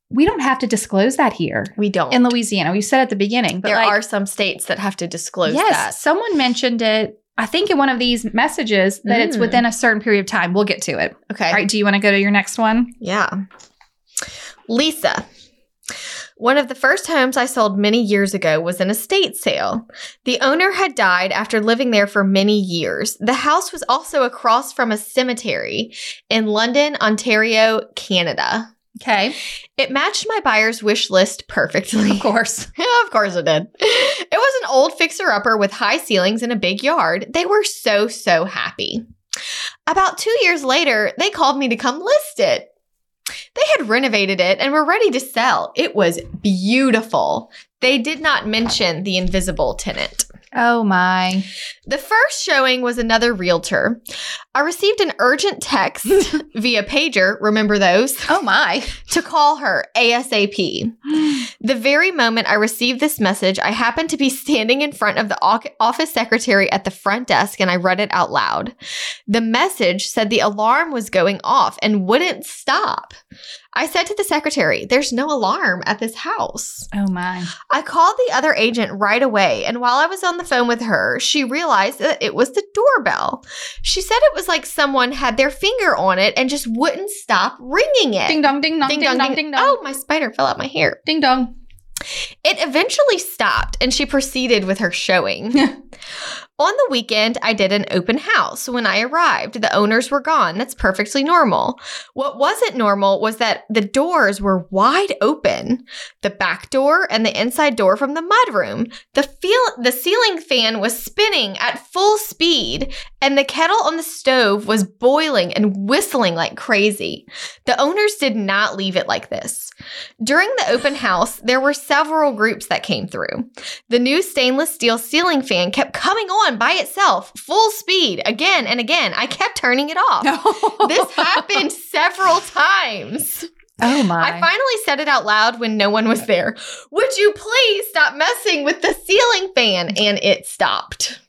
We don't have to disclose that here we don't. in Louisiana. We said at the beginning, but there like, are some states that have to disclose yes, that. someone mentioned it. I think in one of these messages that it's Mm. within a certain period of time. We'll get to it. Okay. All right. Do you want to go to your next one? Yeah. Lisa. One of the first homes I sold many years ago was an estate sale. The owner had died after living there for many years. The house was also across from a cemetery in London, Ontario, Canada. Okay. It matched my buyer's wish list perfectly. Of course. Yeah, of course it did. It was an old fixer upper with high ceilings and a big yard. They were so, so happy. About two years later, they called me to come list it. They had renovated it and were ready to sell. It was beautiful. They did not mention the invisible tenant. Oh my. The first showing was another realtor. I received an urgent text via pager, remember those, Oh my. to call her ASAP. The very moment I received this message, I happened to be standing in front of the oc- office secretary at the front desk and I read it out loud. The message said the alarm was going off and wouldn't stop. I said to the secretary, There's no alarm at this house. Oh my. I called the other agent right away, and while I was on the phone with her, she realized that it was the doorbell. She said it was like someone had their finger on it and just wouldn't stop ringing it. Ding dong. Ding dong. Ding, dong. Ding dong. Oh, my spider fell out my hair. Ding dong. It eventually stopped, and she proceeded with her showing. on the weekend, I did an open house. When I arrived, the owners were gone. That's perfectly normal. What wasn't normal was that the doors were wide open the back door and the inside door from the mudroom. The, feel- the ceiling fan was spinning at full speed, and the kettle on the stove was boiling and whistling like crazy. The owners did not leave it like this. During the open house, there were several groups that came through. The new stainless steel ceiling fan kept coming on by itself, full speed, again and again. I kept turning it off. This happened several times. Oh I my. finally said it out loud when no one was there. Would you please stop messing with the ceiling fan? And it stopped.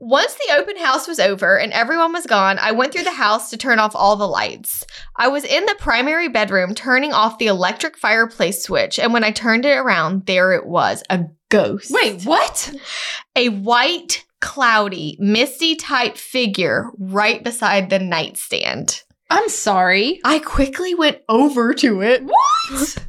Once the open house was over and everyone was gone, I went through the house to turn off all the lights. I was in the primary bedroom turning off the electric fireplace switch, and when I turned it around, there it was a ghost. Wait. What? A white, cloudy, misty type figure right beside the nightstand. I'm sorry. I quickly went over to it. What? and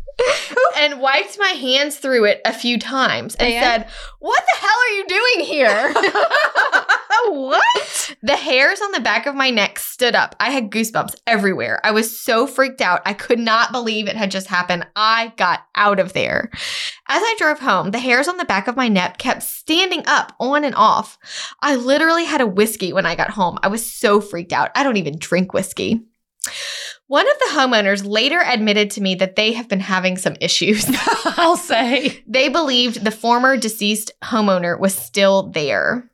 and wiped my hands through it a few times and, And? said, What the hell are you doing here? what? The hairs on the back of my neck stood up. I had goosebumps everywhere. I was so freaked out. I could not believe it had just happened. I got out of there. As I drove home, the hairs on the back of my neck kept standing up on and off. I literally had a whiskey when I got home. I was so freaked out. I don't even drink whiskey. One of the homeowners later admitted to me that they have been having some issues. I'll say. they believed the former deceased homeowner was still there.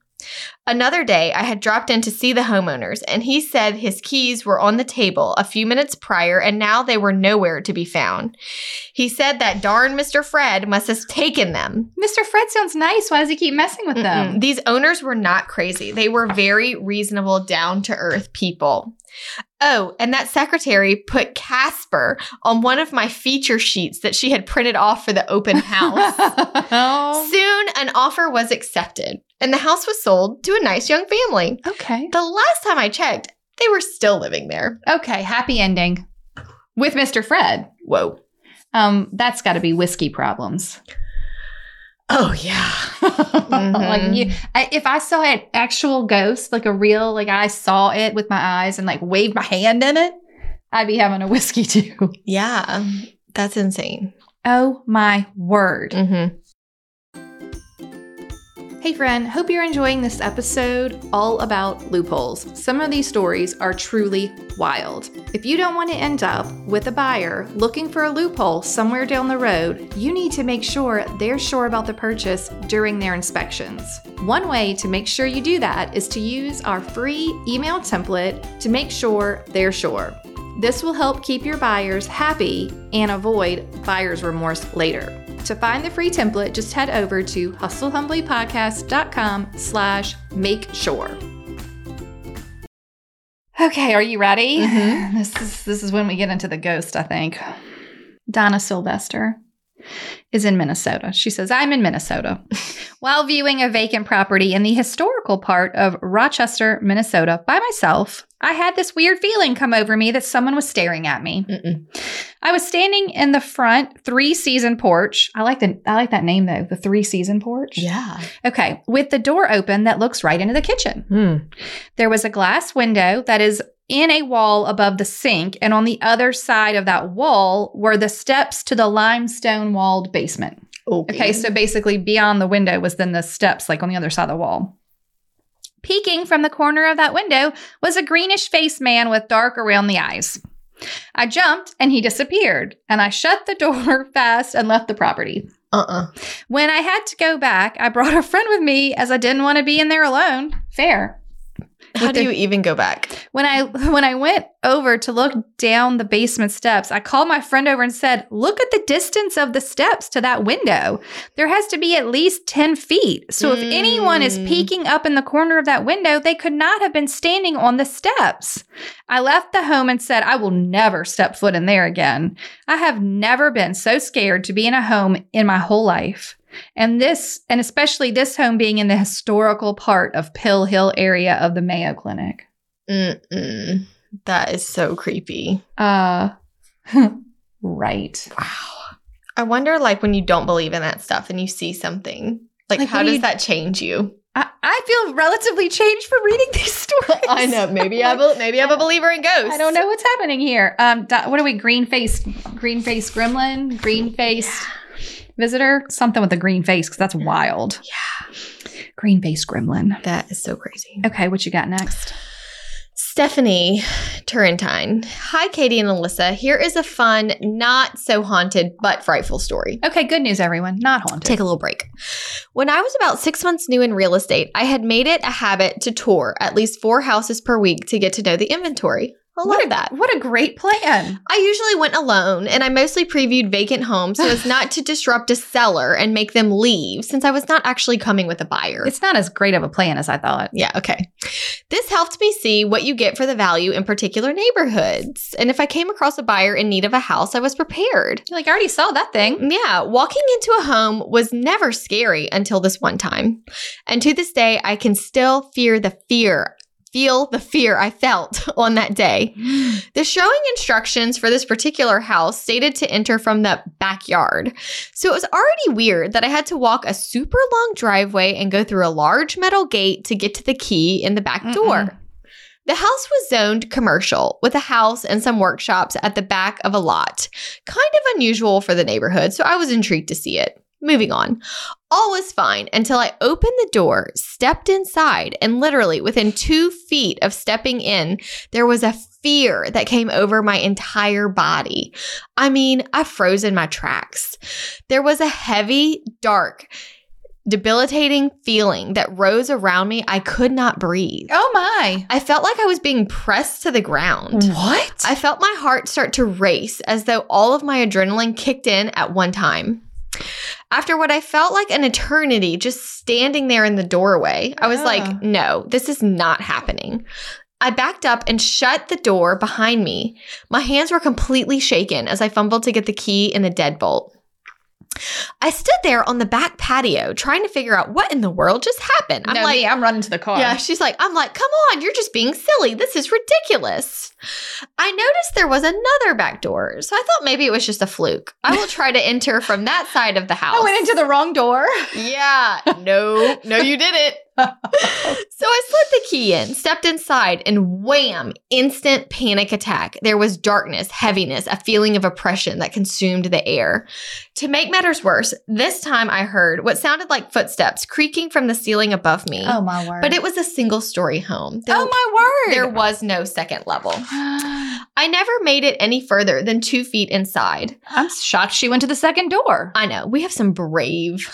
Another day, I had dropped in to see the homeowners, and he said his keys were on the table a few minutes prior, and now they were nowhere to be found. He said that darn Mr. Fred must have taken them. Mr. Fred sounds nice. Why does he keep messing with Mm-mm. them? These owners were not crazy. They were very reasonable, down to earth people. Oh, and that secretary put Casper on one of my feature sheets that she had printed off for the open house. oh, Soon, an offer was accepted, and the house was sold to a nice young family. okay. The last time I checked, they were still living there. Okay. Happy ending with Mr. Fred. Whoa. Um, that's got to be whiskey problems. Oh, yeah. like you, I, if I saw an actual ghost, like a real, like I saw it with my eyes and like waved my hand in it, I'd be having a whiskey too. Yeah. That's insane. Oh my word! Mm-hmm. Hey, friend, hope you're enjoying this episode all about loopholes. Some of these stories are truly wild. If you don't want to end up with a buyer looking for a loophole somewhere down the road, you need to make sure they're sure about the purchase during their inspections. One way to make sure you do that is to use our free email template to make sure they're sure. This will help keep your buyers happy and avoid buyer's remorse later. To find the free template, just head over to hustlehumblypodcast.com slash make sure. Okay, are you ready? Mhm. Mm-hmm. This is this is when we get into the ghost. I think Donna Sylvester is in Minnesota. She says, "I'm in Minnesota." While viewing a vacant property in the historical part of Rochester, Minnesota, by myself, I had this weird feeling come over me that someone was staring at me. I was standing in the front three season porch. I like the I like that name though, the three season porch. Yeah. Okay, with the door open that looks right into the kitchen. Hmm. There was a glass window that is in a wall above the sink, and on the other side of that wall were the steps to the limestone walled basement. Okay. Okay, so basically beyond the window was then the steps, like on the other side of the wall. Peeking from the corner of that window was a greenish faced man with dark around the eyes. I jumped and he disappeared, and I shut the door fast and left the property. uh-uh. When I had to go back, I brought a friend with me as I didn't want to be in there alone. Fair. How With do the- you even go back? When I when I went over to look down the basement steps, I called my friend over and said, "Look at the distance of the steps to that window. There has to be at least 10 feet. So if anyone is Mm. peeking up in the corner of that window, they could not have been standing on the steps." I left the home and said, "I will never step foot in there again. I have never been so scared to be in a home in my whole life." And this, and especially this home being in the historical part of Pill Hill area of the Mayo Clinic. Mm-mm. That is so creepy. Uh, right. Wow. I wonder, like, when you don't believe in that stuff and you see something, like, Like, how what do does you- that change you? I, I feel relatively changed from reading these stories. I know. Maybe I'm a, maybe I'm a believer in ghosts. I don't know what's happening here. Um, do- what are we? Green faced, green faced gremlin, green faced visitor, something with a green face because that's wild. Yeah. Green faced gremlin. That is so crazy. Okay, what you got next? Stephanie Turrentine. Hi, Katie and Alyssa. Here is a fun, not so haunted, but frightful story. Okay, good news, everyone. Not haunted. Take a little break. When I was about six months new in real estate, I had made it a habit to tour at least four houses per week to get to know the inventory. I what love a, that. What a great plan. I usually went alone and I mostly previewed vacant homes so as not to disrupt a seller and make them leave since I was not actually coming with a buyer. It's not as great of a plan as I thought. yeah, okay. This helped me see what you get for the value in particular neighborhoods. And if I came across a buyer in need of a house, I was prepared. You're like, I already saw that thing. Yeah, walking into a home was never scary until this one time. And to this day, I can still fear the fear feel the fear I felt on that day. The showing instructions for this particular house stated to enter from the backyard. So it was already weird that I had to walk a super long driveway and go through a large metal gate to get to the key in the back Mm-mm. door. The house was zoned commercial with a house and some workshops at the back of a lot. Kind of unusual for the neighborhood, so I was intrigued to see it. Moving on. All was fine until I opened the door, stepped inside, and literally within two feet of stepping in, there was a fear that came over my entire body. I mean, I froze in my tracks. There was a heavy, dark, debilitating feeling that rose around me. I could not breathe. Oh my. I felt like I was being pressed to the ground. What? I felt my heart start to race as though all of my adrenaline kicked in at one time. After what I felt like an eternity just standing there in the doorway, I was Yeah. like, no, this is not happening. I backed up and shut the door behind me. My hands were completely shaken as I fumbled to get the key in the deadbolt. I stood there on the back patio trying to figure out what in the world just happened. I'm no, like, me, I'm running to the car. yeah, she's like, I'm like, come on, you're just being silly. This is ridiculous. I noticed there was another back door, so I thought maybe it was just a fluke. I will try to enter from that side of the house. I went into the wrong door. yeah, no, no, you didn't. so I slid the key in, stepped inside, and wham, instant panic attack. There was darkness, heaviness, a feeling of oppression that consumed the air. To make matters worse, this time I heard what sounded like footsteps creaking from the ceiling above me. Oh, my word. But it was a single story home. There, Oh my word. there was no second level. I never made it any further than two feet inside. I'm shocked she went to the second door. I know we have some brave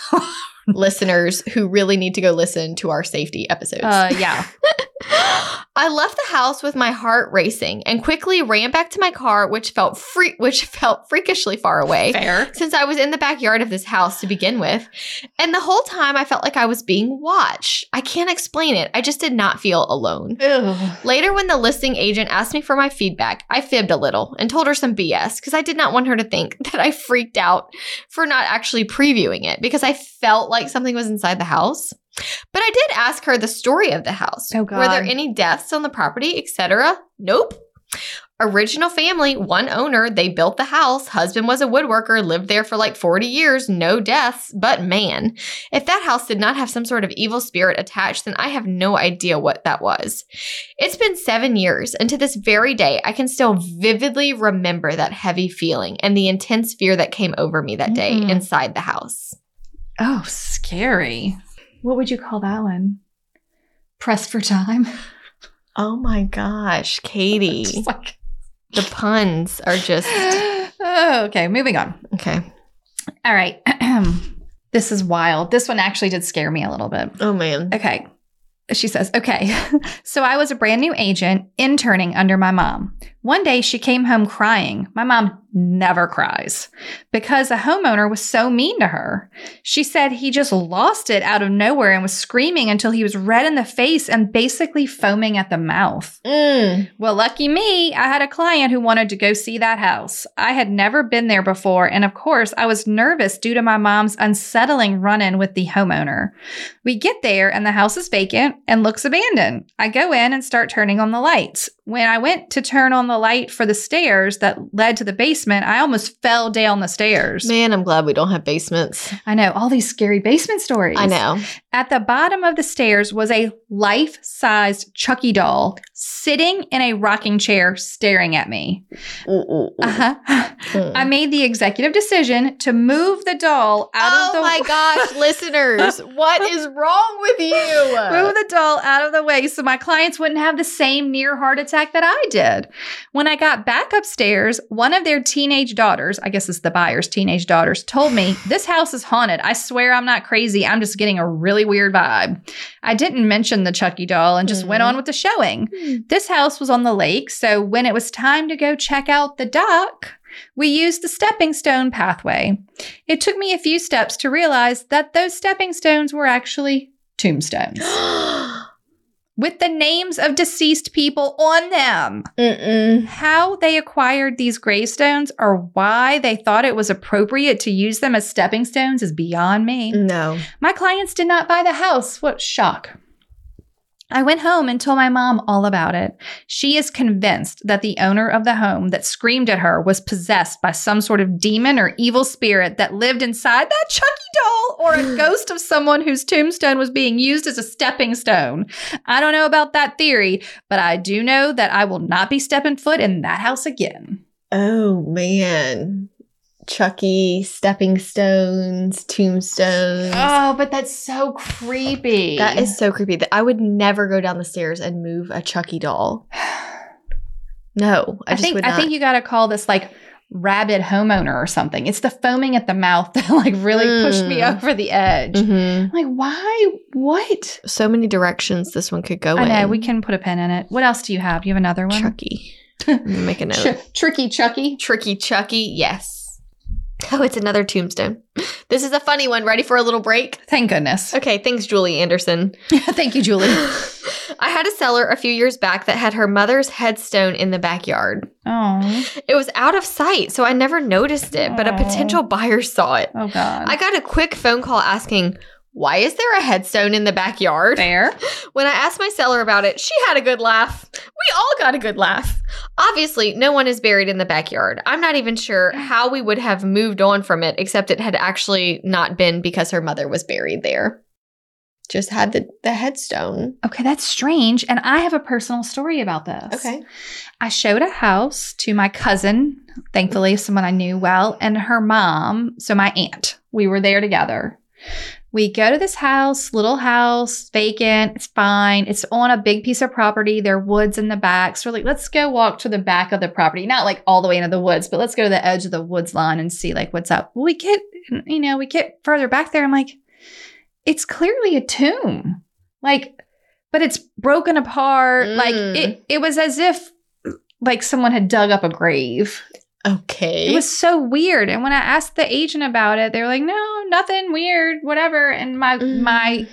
listeners who really need to go listen to our safety episodes. Uh, yeah. I left the house with my heart racing and quickly ran back to my car, which felt free- which felt freakishly far away. Fair. since I was in the backyard of this house to begin with. And the whole time I felt like I was being watched. I can't explain it. I just did not feel alone. Later, when the listing agent asked me for my feedback, I fibbed a little and told her some BS because I did not want her to think that I freaked out for not actually previewing it because I felt like something was inside the house. But I did ask her the story of the house. Oh, Were there God. any deaths on the property, etc.? Nope. Original family, one owner, they built the house. Husband was a woodworker, lived there for like 40 years, no deaths, but man. If that house did not have some sort of evil spirit attached, then I have no idea what that was. It's been seven years, and to this very day, I can still vividly remember that heavy feeling and the intense fear that came over me that day Mm. inside the house. Oh, scary. What would you call that one? Pressed for time. Oh my gosh, Katie. Just like- the puns are just. oh, okay, moving on. Okay. All right. this is wild. This one actually did scare me a little bit. Oh man. Okay. She says, okay. so I was a brand new agent interning under my mom. One day she came home crying. My mom never cries because a homeowner was so mean to her. She said he just lost it out of nowhere and was screaming until he was red in the face and basically foaming at the mouth. Mm. Well, lucky me, I had a client who wanted to go see that house. I had never been there before, and of course, I was nervous due to my mom's unsettling run in with the homeowner. We get there, and the house is vacant and looks abandoned. I go in and start turning on the lights. When I went to turn on the light for the stairs that led to the basement, I almost fell down the stairs. Man, I'm glad we don't have basements. I know, all these scary basement stories. I know. At the bottom of the stairs was a life sized Chucky doll sitting in a rocking chair staring at me. Ooh, ooh, ooh. Uh-huh. Mm. I made the executive decision to move the doll out oh of the my gosh, listeners, what is wrong with Move you? the doll out of the way so my clients wouldn't have the same near heart attack that I did. When I got back upstairs, one of their teenage daughters, I guess it's the buyer's teenage daughters, told me, This house is haunted. I swear I'm not crazy. I'm just getting a really weird vibe. I didn't mention the Chucky doll and just went Mhm. on with the showing. This house was on the lake, so when it was time to go check out the dock, we used the stepping stone pathway. It took me a few steps to realize that those stepping stones were actually tombstones with the names of deceased people on them. Mm-mm. How they acquired these gravestones or why they thought it was appropriate to use them as stepping stones is beyond me. No. My clients did not buy the house. What shock. I went home and told my mom all about it. She is convinced that the owner of the home that screamed at her was possessed by some sort of demon or evil spirit that lived inside that Chucky doll or a ghost of someone whose tombstone was being used as a stepping stone. I don't know about that theory, but I do know that I will not be stepping foot in that house again. Oh man. Chucky, stepping stones, tombstones. Oh, but that's so creepy. That is so creepy. That I would never go down the stairs and move a Chucky doll. No, I, I just think would I think not. you got to call this like rabid homeowner or something. It's the foaming at the mouth that like really pushed me Mm. over the edge. Mhm. I'm Like why? What? So many directions this one could go I in. know we can put a pin in it. What else do you have? You have another one? Chucky. I'm gonna make a note. Tr- tricky Chucky. Tricky Chucky, yes. Oh, it's another tombstone. This is a funny one. Ready for a little break? Thank goodness. Okay, thanks, Julie Anderson. Thank you, Julie. I had a seller a few years back that had her mother's headstone in the backyard. Oh, It was out of sight, so I never noticed it, but a Aw. potential buyer saw it. oh God. I got a quick phone call asking, Why is there a headstone in the backyard? Fair. When I asked my seller about it, she had a good laugh. We all got a good laugh. Obviously, no one is buried in the backyard. I'm not even sure how we would have moved on from it, except it had actually not been because her mother was buried there. Just had the, the headstone. Okay, that's strange. And I have a personal story about this. I showed a house to my cousin, thankfully, someone I knew well, and her mom, so my aunt. We were there together. We go to this house, little house, vacant, it's fine. It's on a big piece of property. There are woods in the back. So we're like, let's go walk to the back of the property. Not like all the way into the woods, but let's go to the edge of the woods line and see like what's up. Well, we get, you know, we get further back there. I'm like, it's clearly a tomb. Like, but it's broken apart. Like Mm. it it was as if like someone had dug up a grave. Okay. It was so weird. And when I asked the agent about it, they were like, "No, nothing weird, whatever." And my Mm. my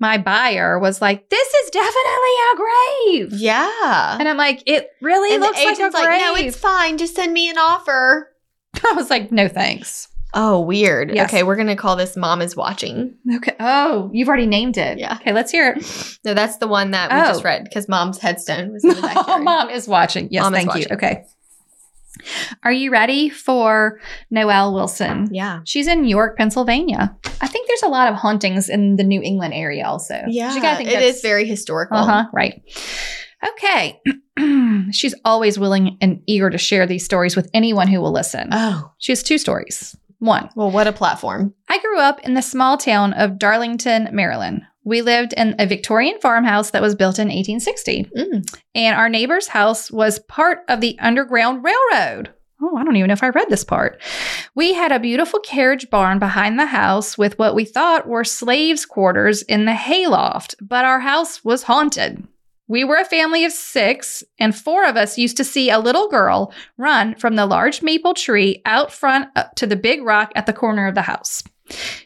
my buyer was like, "This is definitely a grave." yeah. And I'm like, "It really And the looks like a grave." agent's no, it's fine. Just send me an offer. I was like, "No, thanks." Oh, weird. Yes. Okay, we're going to call this Mom is Watching. Okay. Oh, you've already named it. Yeah. Okay, let's hear it. No, that's the one that we Oh. just read because Mom's headstone was in the backyard. Mom is watching. Yes, Mom is thank you. watching. Okay. Are you ready for Noelle Wilson? Yeah. She's in York, Pennsylvania. I think there's a lot of hauntings in the New England area also. Yeah. You gotta think it that's- is very historical. Uh-huh. Right. Okay. She's always willing and eager to share these stories with anyone who will listen. Oh, She has two stories. One. well, what a platform. I grew up in the small town of Darlington, Maryland. We lived in a Victorian farmhouse that was built in 1860, Mm. and our neighbor's house was part of the Underground Railroad. Oh, I don't even know if I read this part. We had a beautiful carriage barn behind the house with what we thought were slaves' quarters in the hayloft, but our house was haunted. We were a family of six, and four of us used to see a little girl run from the large maple tree out front up to the big rock at the corner of the house.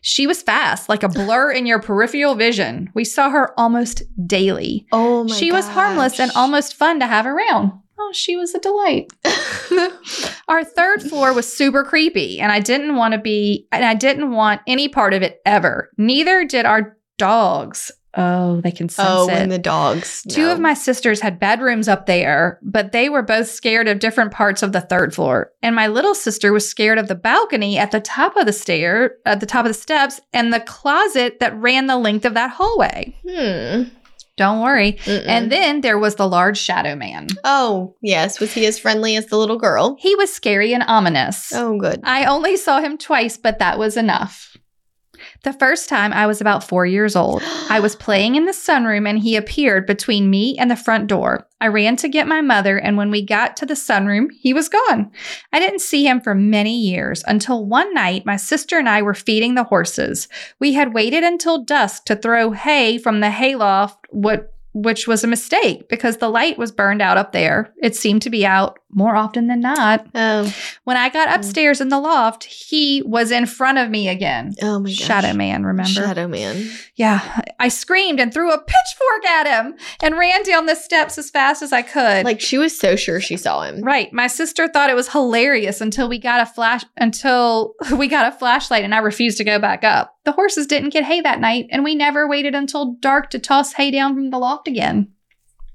She was fast, like a blur in your peripheral vision. We saw her almost daily. Oh, my she was harmless and gosh. almost fun to have around. Oh, she was a delight. Our third floor was super creepy, and I didn't want to be, and I didn't want any part of it ever. Neither did our dogs. Oh, they can sense oh, it. and the dogs. Two no. of my sisters had bedrooms up there, but they were both scared of different parts of the third floor. And my little sister was scared of the balcony at the top of the stair, at the top of the steps, and the closet that ran the length of that hallway. Hmm. Don't worry. And And then there was the large shadow man. oh, yes. Was he as friendly as the little girl? He was scary and ominous. Oh, good. I only saw him twice, but that was enough. The first time I was about four years old. I was playing in the sunroom and he appeared between me and the front door. I ran to get my mother, and when we got to the sunroom, he was gone. I didn't see him for many years until one night my sister and I were feeding the horses. We had waited until dusk to throw hay from the hayloft, what which was a mistake because the light was burned out up there. It seemed to be out more often than not. Oh, When I got Mm. upstairs in the loft, he was in front of me again. oh my gosh. Shadow Man, remember? Shadow Man. Yeah. I screamed and threw a pitchfork at him and ran down the steps as fast as I could. Like she was so sure she saw him. Right. My sister thought it was hilarious until we got a flash until we got a flashlight and I refused to go back up. The horses didn't get hay that night, and we never waited until dark to toss hay down from the loft again.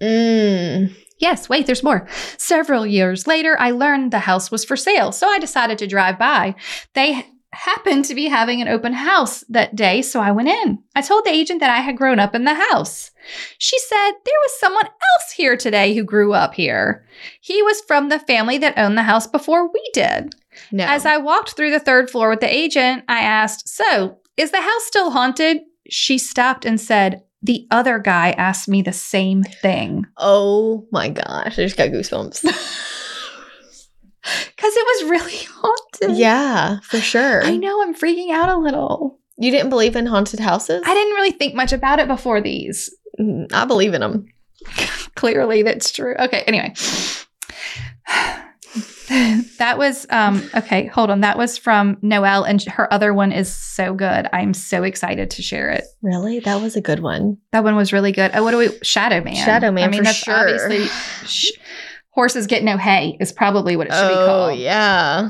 Mm. Yes, wait, there's more. Several years later, I learned the house was for sale, so I decided to drive by. They h- happened to be having an open house that day, so I went in. I told the agent that I had grown up in the house. She said there was someone else here today who grew up here. He was from the family that owned the house before we did. No. As I walked through the third floor with the agent, I asked, So, is the house still haunted? She stopped and said, The other guy asked me the same thing. oh my gosh, I just got goosebumps. Because it was really haunted. yeah, for sure. I know, I'm freaking out a little. You didn't believe in haunted houses? I didn't really think much about it before these. Mm, I believe in them. Clearly, that's true. Okay, anyway. that was, um, okay, hold on. That was from Noelle, and her other one is so good. I'm so excited to share it. Really? That was a good one. That one was really good. Oh, what do we? Shadow Man. Shadow Man I mean, for that's sure. obviously sh- horses get no hay is probably what it should be called. Oh, yeah.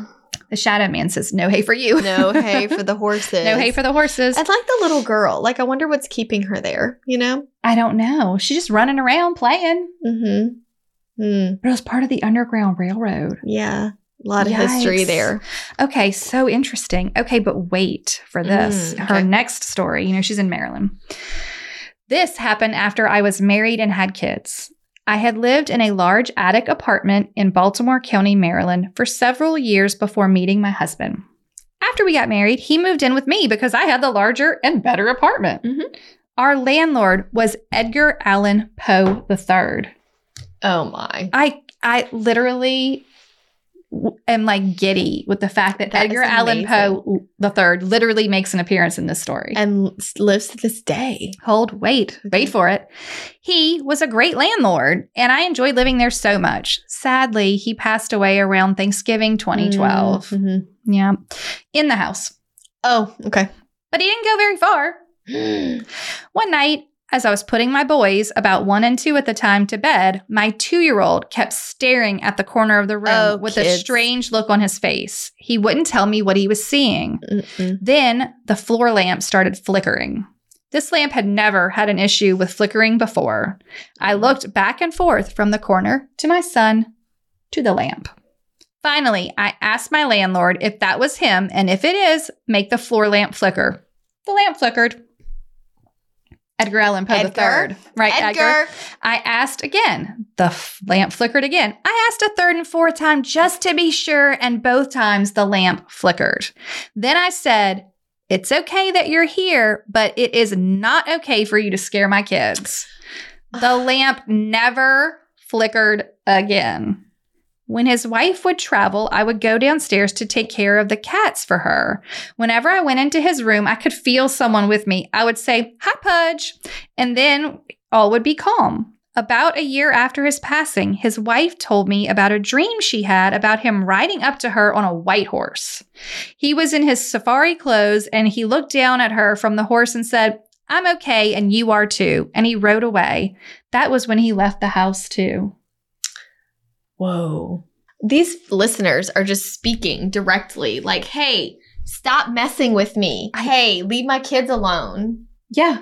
The Shadow Man says no hay for you. No hay for the horses. no hay for the horses. I'd like the little girl. Like, I wonder what's keeping her there, you know? I don't know. She's just running around playing. Mm hmm. Mm, But it was part of the Underground Railroad. yeah. A lot of history Yikes. there. Okay, so interesting. Okay, but wait for this. Mm, Her okay. next story, you know, she's in Maryland. This happened after I was married and had kids. I had lived in a large attic apartment in Baltimore County, Maryland for several years before meeting my husband. After we got married, he moved in with me because I had the larger and better apartment. Mhm. Our landlord was Edgar Allan Poe III. Oh my. I I literally w- am like giddy with the fact that, That is Edgar Allan amazing. Poe the third literally makes an appearance in this story. And l- lives to this day. Hold, wait, wait for it. He was a great landlord, and I enjoyed living there so much. Sadly, he passed away around Thanksgiving 2012. Mhm. Yeah, in the house, Oh, okay. but he didn't go very far. One night, as I was putting my boys, about one and two at the time, to bed, my two year old kept staring at the corner of the room Oh, with a kids. strange look on his face. He wouldn't tell me what he was seeing. Mm-mm. Then the floor lamp started flickering. This lamp had never had an issue with flickering before. I looked back and forth from the corner to my son to the lamp. Finally, I asked my landlord if that was him, and if it is, make the floor lamp flicker. The lamp flickered. Edgar Allan Poe Edgar? III. Right, Edgar. I asked again. The f- lamp flickered again. I asked a third and fourth time just to be sure, and both times the lamp flickered. Then I said, It's okay that you're here, but it is not okay for you to scare my kids. The lamp never flickered again. When his wife would travel, I would go downstairs to take care of the cats for her. Whenever I went into his room, I could feel someone with me. I would say, Hi, Pudge. And then all would be calm. About a year after his passing, his wife told me about a dream she had about him riding up to her on a white horse. He was in his safari clothes and he looked down at her from the horse and said, I'm okay and you are too. And he rode away. That was when he left the house too. Whoa. These listeners are just speaking directly, like, hey, stop messing with me. hey, leave my kids alone. Yeah.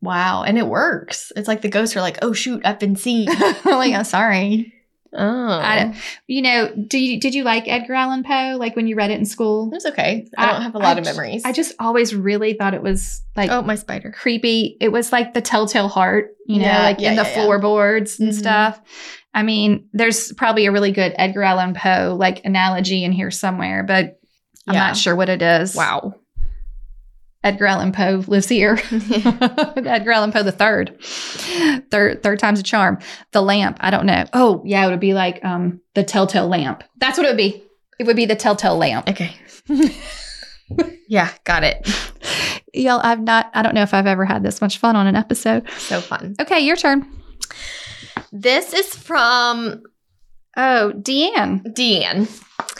Wow. And it works. It's like the ghosts are like, oh, shoot, I've been seen. like, I'm sorry. oh. I don't- You know, do you, did you like Edgar Allan Poe, like when you read it in school? It was okay. I, don't have a lot of ju- memories. I just always really thought it was like oh, my spider. creepy. It was like the telltale heart, you know, Yeah, like in yeah, the yeah, yeah. floorboards and Mhm. stuff. I mean, there's probably a really good Edgar Allan Poe like analogy in here somewhere, but I'm Yeah. not sure what it is. Wow. Edgar Allan Poe lives here. Edgar Allan Poe the third. Third third time's a charm. The lamp, I don't know. Oh, yeah, it would be like um the telltale lamp. That's what it would be. It would be the telltale lamp. Okay. yeah, got it. Y'all, I've not I don't know if I've ever had this much fun on an episode. So fun. Okay, your turn. This is from Oh, Deanne. Deanne.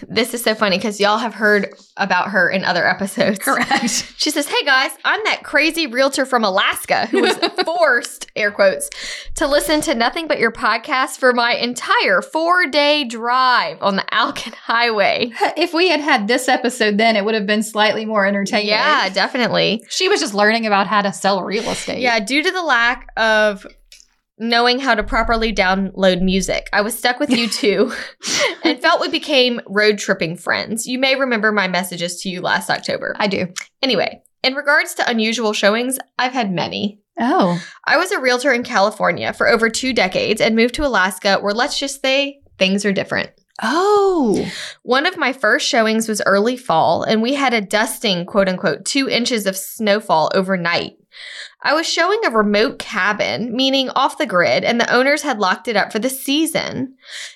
This is so funny because y'all have heard about her in other episodes. Correct. She says, Hey guys, I'm that crazy realtor from Alaska who was forced, air quotes, to listen to nothing but your podcast for my entire four day drive on the Alkin Highway. If we had had this episode, then it would have been slightly more entertaining. Yeah, definitely. She was just learning about how to sell real estate. Yeah, due to the lack of knowing how to properly download music, I was stuck with you two and felt we became road tripping friends. You may remember my messages to you last October. I do. Anyway, in regards to unusual showings, I've had many. Oh, I was a realtor in California for over two decades and moved to Alaska, where let's just say things are different. oh, One of my first showings was early fall, and we had a dusting, quote unquote, two inches of snowfall overnight. I was showing a remote cabin, meaning off the grid, and the owners had locked it up for the season.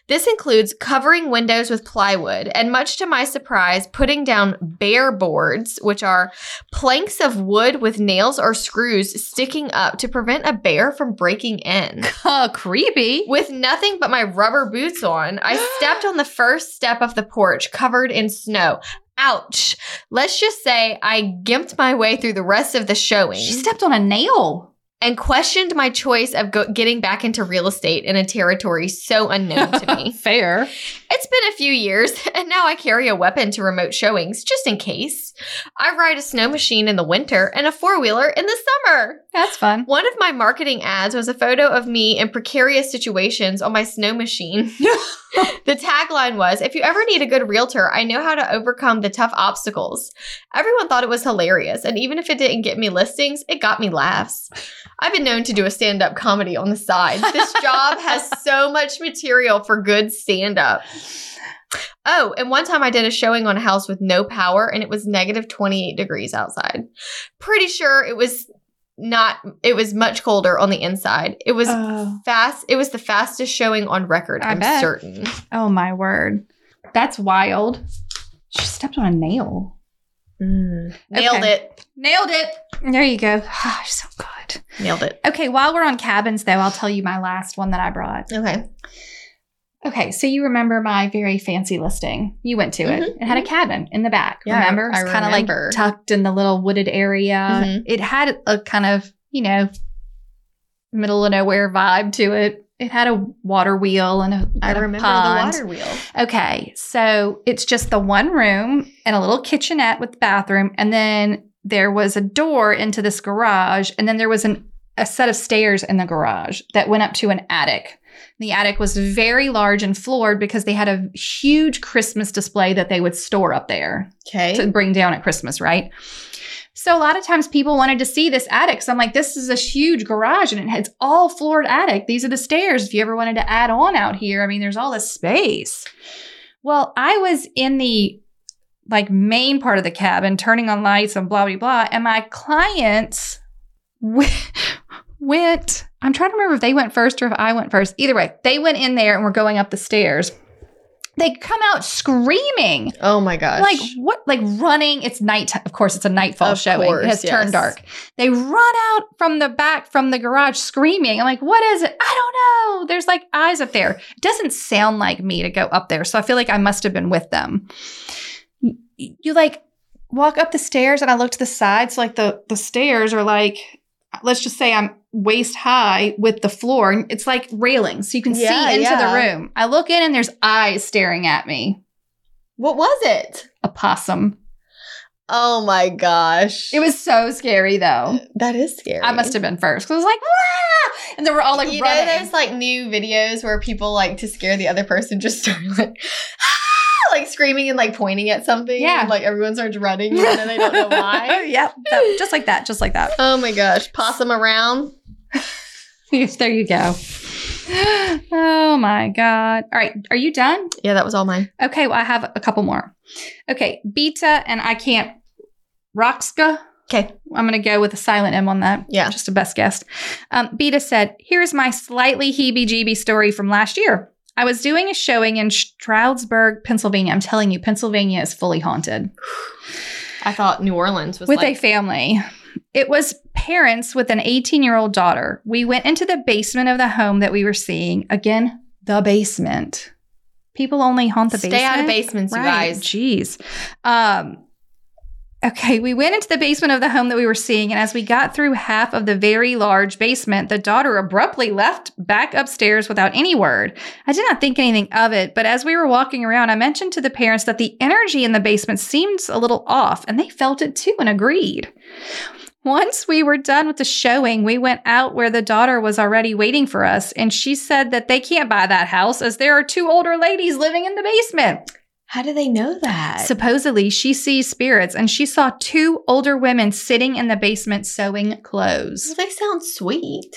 This includes covering windows with plywood, and much to my surprise, putting down bare boards, which are planks of wood with nails or screws sticking up to prevent a bear from breaking in. uh, creepy. With nothing but my rubber boots on, I stepped on the first step of the porch covered in snow. Ouch. Let's just say I gimped my way through the rest of the showing She stepped on a nail. and questioned my choice of go- getting back into real estate in a territory so unknown to me. Fair. It's been a few years, and now I carry a weapon to remote showings just in case. I ride a snow machine in the winter and a four wheeler in the summer. That's fun. One of my marketing ads was a photo of me in precarious situations on my snow machine. the tagline was If you ever need a good realtor, I know how to overcome the tough obstacles. Everyone thought it was hilarious, and even if it didn't get me listings, it got me laughs. I've been known to do a stand up comedy on the side. This job has so much material for good stand up. Oh, and one time I did a showing on a house with no power and it was negative 28 degrees outside. Pretty sure it was not it was much colder on the inside. It was Oh, fast it was the fastest showing on record, I I'm bet. certain. oh my word. That's wild. She stepped on a nail. Mm, Nailed Okay. it. Nailed it. There you go. Ah, so good. Nailed it. Okay, while we're on cabins, though, I'll tell you my last one that I brought. Okay. Okay, so you remember my very fancy listing. You went to it. Mhm, It had a cabin in the back. Yeah, I- remember? I It's kind of like remember. tucked in the little wooded area. Mhm. It had a kind of, you know, middle of nowhere vibe to it. It had a water wheel and a, I and a remember pond. the water wheel. Okay, so it's just the one room and a little kitchenette with bathroom, and then there was a door into this garage, and then there was an a set of stairs in the garage that went up to an attic. The attic was very large and floored because they had a huge Christmas display that they would store up there Okay. to bring down at Christmas, right? So a lot of times people wanted to see this attic. So I'm like, this is a huge garage and it has all floored attic. These are the stairs. If you ever wanted to add on out here, I mean, there's all this space. Well, I was in the like main part of the cabin, turning on lights and blah blah blah, and my clients w- went. I'm trying to remember if they went first or if I went first. Either way, they went in there and were going up the stairs. They come out screaming oh my gosh. like what like running it's night of course it's a nightfall Of showing course, it has yes. turned dark they run out from the back from the garage screaming i'm like what is it i don't know there's like eyes up there it doesn't sound like me to go up there so i feel like i must have been with them Y- you like walk up the stairs and i look to the sides like the the stairs are like let's just say i'm waist high with the floor and it's like railings so you can Yeah, see into yeah. the room i look in and there's eyes staring at me what was it? a possum Oh my gosh. It was so scary though. that is scary. I must have been first 'cause I was like, "Wah!" and they were all like you running. know those like new videos where people like to scare the other person just start like like screaming and like pointing at something. Yeah. And, like everyone starts running and then they don't know why. yep, that- just like that, just like that. Oh my gosh. Possum around. Yes, there you go. Oh my god! All right, are you done? Yeah, that was all mine. Okay, well I have a couple more. Okay, Beta and I can't Roxka. Okay. I'm going to go with a silent M on that. Yeah. Just a best guess. Um, Beta said, Here's my slightly heebie jeebie story from last year. I was doing a showing in Stroudsburg, Pennsylvania. I'm telling you, Pennsylvania is fully haunted I thought New Orleans was with like, a family. It was parents with an 18 year old daughter. We went into the basement of the home that we were seeing. Again, the basement. People only haunt the Stay basement. out of basements, you guys. Jeez. Um, okay, we went into the basement of the home that we were seeing, and as we got through half of the very large basement, the daughter abruptly left back upstairs without any word. I did not think anything of it, but as we were walking around, I mentioned to the parents that the energy in the basement seemed a little off, and they felt it too and agreed. Once we were done with the showing, we went out where the daughter was already waiting for us, and she said that they can't buy that house as there are two older ladies living in the basement. How do they know that? Uh, Supposedly, she sees spirits and she saw two older women sitting in the basement sewing Well, clothes. they sound sweet.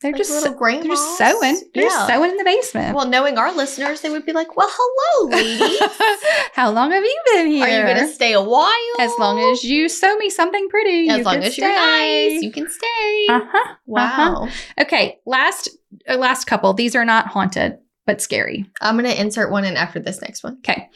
They're Like just little they're just grandmas. sewing. They're just Yeah. sewing in the basement. Well, knowing our listeners, they would be like, "Well, hello, lady. How long have you been here? Are you going to stay a while? as long as you sew me something pretty. as you long can as you're stay. nice, you can stay." uh-huh. wow. Okay, last uh, last couple. These are not haunted, but scary. I'm going to insert one in after this next one. Okay.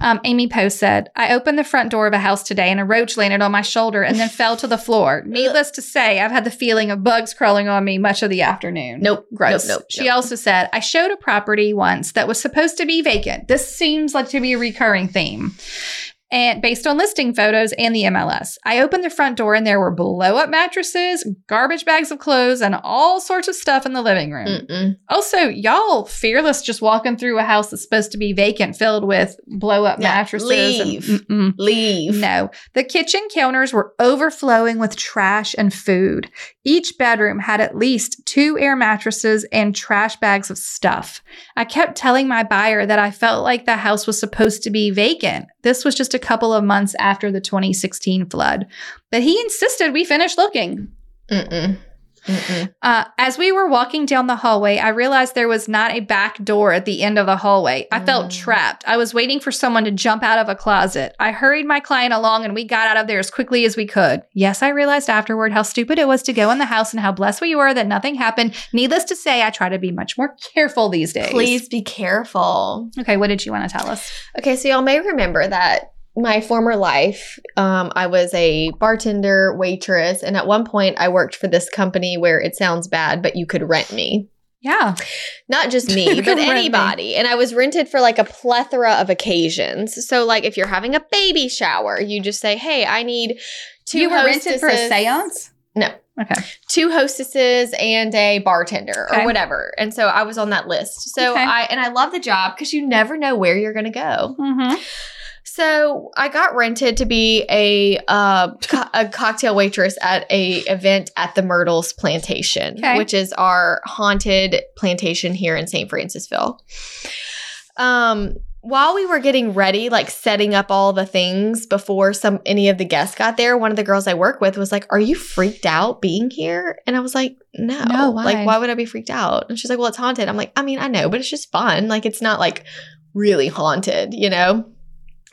Um, Amy Poe said, I opened the front door of a house today and a roach landed on my shoulder and then fell to the floor. Needless to say, I've had the feeling of bugs crawling on me much of the afternoon. Nope. Gross. Nope. nope she nope. also said, I showed a property once that was supposed to be vacant. This seems like to be a recurring theme. And based on listing photos and the MLS, I opened the front door and there were blow up mattresses, garbage bags of clothes, and all sorts of stuff in the living room. Mm-mm. Also, y'all fearless just walking through a house that's supposed to be vacant, filled with blow up Yeah, mattresses. leave. And, mm-mm. Leave. no, the kitchen counters were overflowing with trash and food. Each bedroom had at least two air mattresses and trash bags of stuff. I kept telling my buyer that I felt like the house was supposed to be vacant. This was just a couple of months after the 2016 flood, but he insisted we finish looking. Mm-mm. Mm-mm. Uh, as we were walking down the hallway, I realized there was not a back door at the end of the hallway. I felt Mm. trapped. I was waiting for someone to jump out of a closet. I hurried my client along and we got out of there as quickly as we could. Yes, I realized afterward how stupid it was to go in the house and how blessed we were that nothing happened. Needless to say, I try to be much more careful these days. Please be careful. Okay, what did you want to tell us? Okay, so y'all may remember that my former life, um, I was a bartender, waitress, and at one point I worked for this company where it sounds bad, but you could rent me. Yeah. Not just You me, could but rent me. anybody. And I was rented for like a plethora of occasions. So, like, if you're having a baby shower, you just say, "Hey, I need two you were rented for a hostesses- seance? No. Okay. two hostesses and a bartender Okay. or whatever." And so I was on that list. So Okay. I and I love the job because you never know where you're going to go. Mm-hmm. So I got rented to be a uh, co- a cocktail waitress at a event at the Myrtles Plantation, Okay. which is our haunted plantation here in St. Francisville. Um, while we were getting ready, like setting up all the things before some any of the guests got there, one of the girls I work with was like, "Are you freaked out being here?" And I was like, "No, No, why? like why would I be freaked out?" And she's like, "Well, it's haunted." I'm like, "I mean, I know, but it's just fun. Like it's not like really haunted, you know."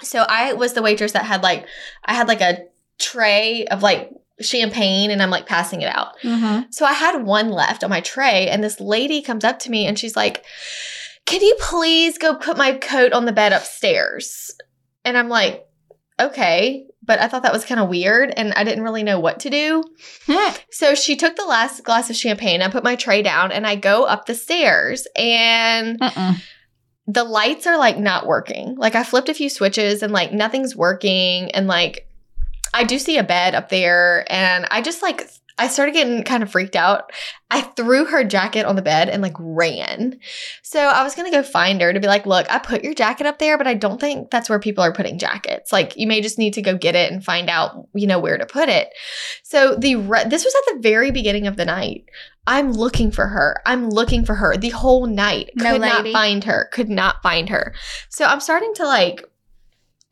So I was the waitress that had like I had like a tray of like champagne and I'm like passing it out. Mm-hmm. So I had one left on my tray and this lady comes up to me and she's like, "Can you please go put my coat on the bed upstairs?" And I'm like, "Okay." But I thought that was kind of weird and I didn't really know what to do. Mm-hmm. So she took the last glass of champagne. I put my tray down and I go up the stairs and the lights are like not working. Like I flipped a few switches and like nothing's working and like I do see a bed up there and I just like I started getting kind of freaked out. I threw her jacket on the bed and like ran. So I was going to go find her to be like, "Look, I put your jacket up there, but I don't think that's where people are putting jackets. Like you may just need to go get it and find out, you know, where to put it." So the re- this was at the very beginning of the night. I'm looking for her. I'm looking for her the whole night. No Could not lady. find her. Could not find her. So I'm starting to like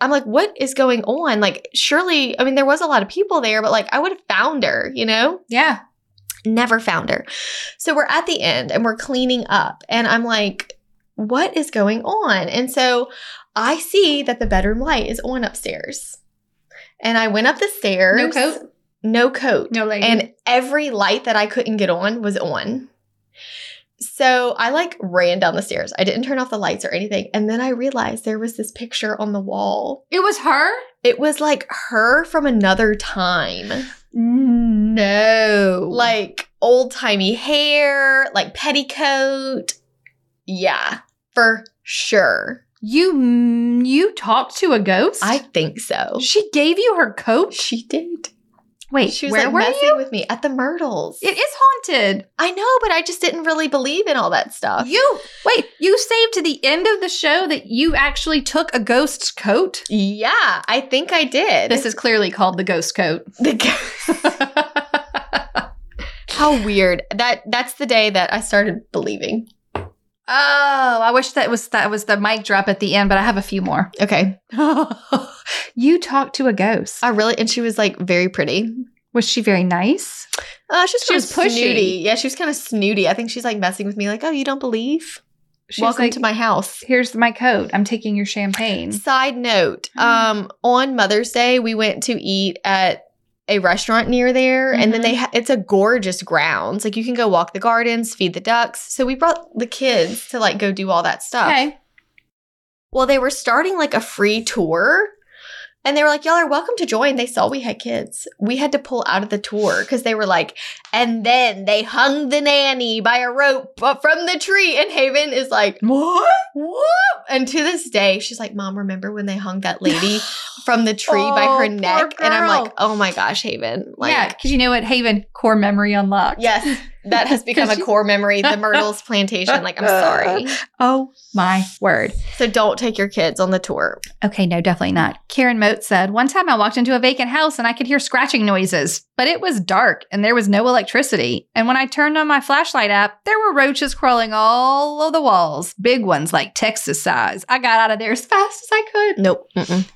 I'm like, what is going on? Like, surely, I mean, there was a lot of people there, but like, I would have found her, you know? Yeah. Never found her. So we're at the end and we're cleaning up, and I'm like, what is going on? And so I see that the bedroom light is on upstairs. And I went up the stairs. No coat? No coat. No lady. And every light that I couldn't get on was on. So I like ran down the stairs. I didn't turn off the lights or anything. And then I realized there was this picture on the wall. it was her? It was like her from another time. Mm. No. Like old timey hair, like petticoat. Yeah. For Sure. You mm, you talked to a ghost? I think so. She gave you her coat? She did. Wait, She was where like were messing you? with me at the Myrtles. It is haunted. I know, but I just didn't really believe in all that stuff. You wait, you saved to the end of the show that you actually took a ghost's coat? yeah, I think I did. This is clearly called the ghost coat. the How weird. That that's the day that I started believing. Oh, I wish that was that was the mic drop at the end, but I have a few more. Okay. you talked to a ghost. I really and she was like very pretty. Was she very nice? Uh, she was, She kind was of pushy. snooty. Yeah, she was kind of snooty. I think she's like messing with me, like, "Oh, you don't believe? She was Welcome like, to my house." Here's my coat. I'm taking your champagne. Side note: um, on Mother's Day, we went to eat at a restaurant near there, and then Mhm. they ha- it's a gorgeous grounds. Like you can go walk the gardens, feed the ducks. So we brought the kids to like go do all that stuff. Okay. Well, they were starting like a free tour. And they were like, y'all are welcome to join. They saw we had kids. We had to pull out of the tour because they were like, and then they hung the nanny by a rope uh, from the tree. And Haven is like, What? whoop. And to this day, she's like, Mom, remember when they hung that lady from the tree by Oh, her poor neck? And I'm like, girl. oh my gosh, Haven. Like, yeah, because you know what, Haven, core memory unlocked. Yes, that has become a core memory. The Myrtles plantation. Like, I'm sorry. Oh my word. So don't take your kids on the tour. Okay, no, definitely not. Karen Moat said, One time I walked into a vacant house and I could hear scratching noises, but it was dark and there was no electricity. And when I turned on my flashlight app, there were roaches crawling all over the walls, big ones like Texas size. I got out of there as fast as I could. Nope. Mm-mm.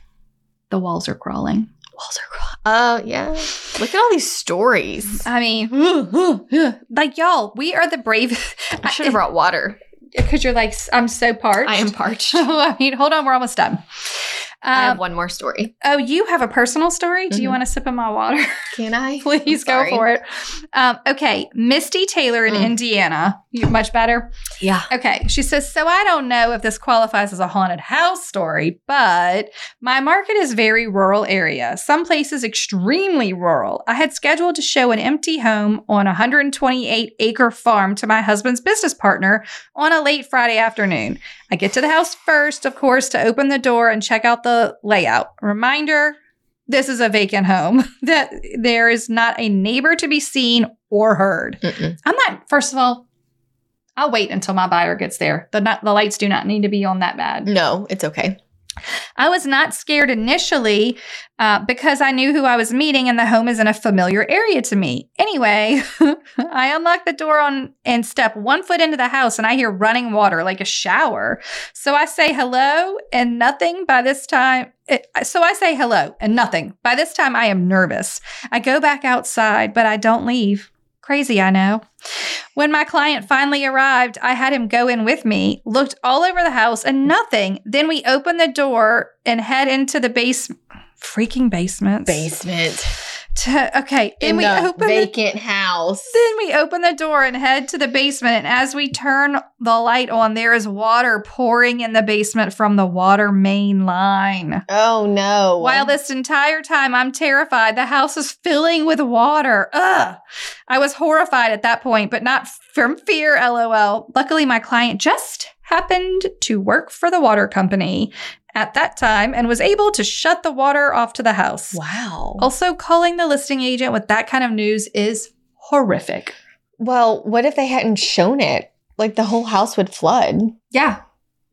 The walls are crawling. Walls are crawling. Oh, yeah. Look at all these stories. I mean, like, y'all, we are the brave. I should have brought water. Because you're like, I'm so parched. I am parched. I mean, hold on, we're almost done. I have Um, one more story. oh, you have a personal story? Do you Mhm. want a sip of my water? Can I? Please go for it. Um, okay, Misty Taylor in Mm. Indiana. You're much better. Yeah. Okay, she says, So I don't know if this qualifies as a haunted house story, but my market is very rural area, some places extremely rural. I had scheduled to show an empty home on a 128 acre farm to my husband's business partner on a late Friday afternoon. I get to the house first, of course, to open the door and check out the layout. Reminder this is a vacant home that there is not a neighbor to be seen or heard. Mm-mm. I'm not, first of all, I'll wait until my buyer gets there. The, not, the lights do not need to be on that bad. No, it's okay. I was not scared initially uh, because I knew who I was meeting and the home is in a familiar area to me. Anyway, I unlock the door on and step one foot into the house and I hear running water like a shower. So I say hello and nothing by this time. it- so I say hello and nothing. By this time, I am nervous. I go back outside, but I don't leave. Crazy, I know. When my client finally arrived, I had him go in with me, looked all over the house and nothing. Then we open the door and head into the base freaking basement. Basement. To, okay. Then In we the open the vacant house. then we open the door and head to the basement. And as we turn the light on, there is water pouring in the basement from the water main line. Oh, no. While this entire time I'm terrified, the house is filling with water. Ugh. I was horrified at that point, but not from fear, lol. Luckily, my client just happened to work for the water company at that time and was able to shut the water off to the house. Wow. Also, calling the listing agent with that kind of news is horrific. Well, what if they hadn't shown it? Like the whole house would flood. Yeah.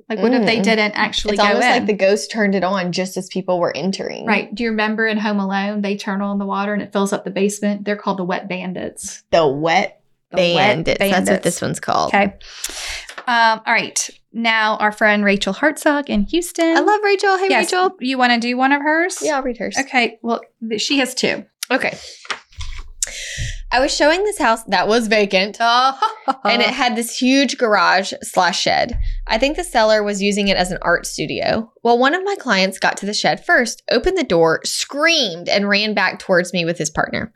Like, what if they Mm. didn't actually It's go in? almost like the ghost turned it on just as people were entering. right. Do you remember in Home Alone, they turn on the water and it fills up the basement? They're called the wet bandits. The wet The bandits. That's what this one's called. Okay. Um, all right. Now, our friend Rachel Hartzog in Houston. I love Rachel. Hey, Yes, Rachel. You want to do one of hers? Yeah, I'll read hers. Okay. Well, th- she has two. Okay. I was showing this house that was vacant. And Uh. it had this huge garage slash shed. I think the seller was using it as an art studio. Well, one of my clients got to the shed first, opened the door, screamed, and ran back towards me with his partner.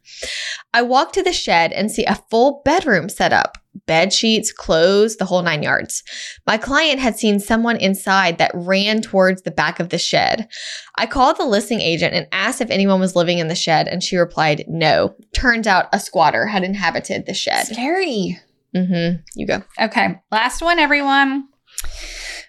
I walk to the shed and see a full bedroom set up bed sheets, clothes, the whole nine yards. My client had seen someone inside that ran towards the back of the shed. I called the listing agent and asked if anyone was living in the shed, and she replied, no. Turns out a squatter had inhabited the shed. scary. Mm hmm. You go. Okay. Last one, everyone.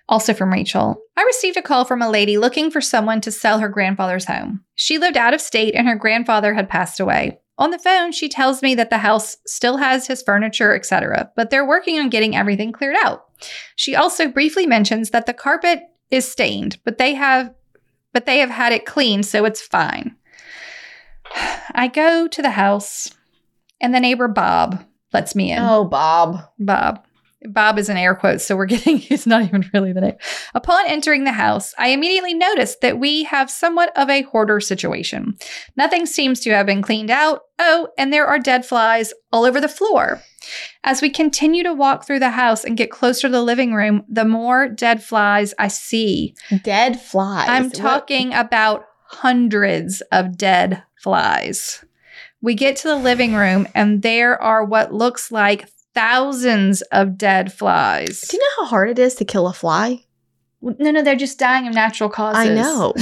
Also from Rachel. I received a call from a lady looking for someone to sell her grandfather's home. She lived out of state and her grandfather had passed away. On the phone, she tells me that the house still has his furniture, etc., but they're working on getting everything cleared out. She also briefly mentions that the carpet is stained, but they have but they have had it cleaned, so it's fine. I go to the house and the neighbor Bob lets me in. Oh, Bob. Bob. Bob is in air quotes, so we're getting it's not even really the name. Upon entering the house, I immediately noticed that we have somewhat of a hoarder situation. Nothing seems to have been cleaned out. Oh, and there are dead flies all over the floor. As we continue to walk through the house and get closer to the living room, the more dead flies I see. Dead flies. I'm What- talking about hundreds of dead flies. We get to the living room, and there are what looks like thousands of dead flies. Do you know how hard it is to kill a fly? No, no, they're just dying of natural causes. I know.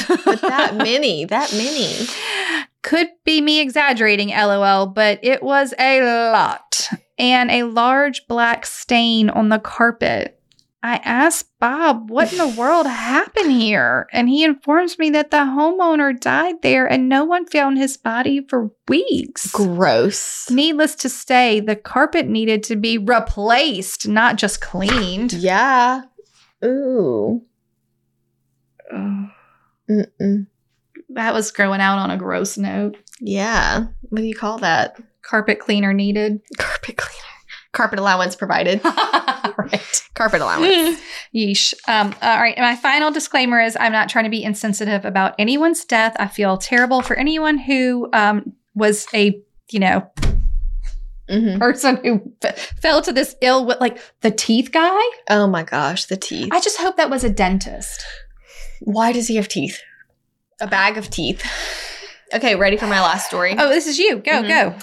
But that many, that many. Could be me exaggerating, lol, but it was a lot. And a large black stain on the carpet. I asked Bob what in the world happened here, and he informs me that the homeowner died there and no one found his body for weeks. Gross. Needless to say, the carpet needed to be replaced, not just cleaned. Yeah. Ooh. Mm-mm. That was going out on a gross note. Yeah. What do you call that? Carpet cleaner needed. Carpet cleaner. Carpet allowance provided. right. Carpet Mm. allowance. Yeesh. Um, all right. and My final disclaimer is I'm not trying to be insensitive about anyone's death. I feel terrible for anyone who um, was a, you know, Mhm. person who f- fell to this ill with like the teeth guy. Oh my gosh, the teeth. I just hope that was a dentist. Why does he have teeth? A bag of teeth. Okay, ready for my last story? Oh, this is you. Go, Mhm. go.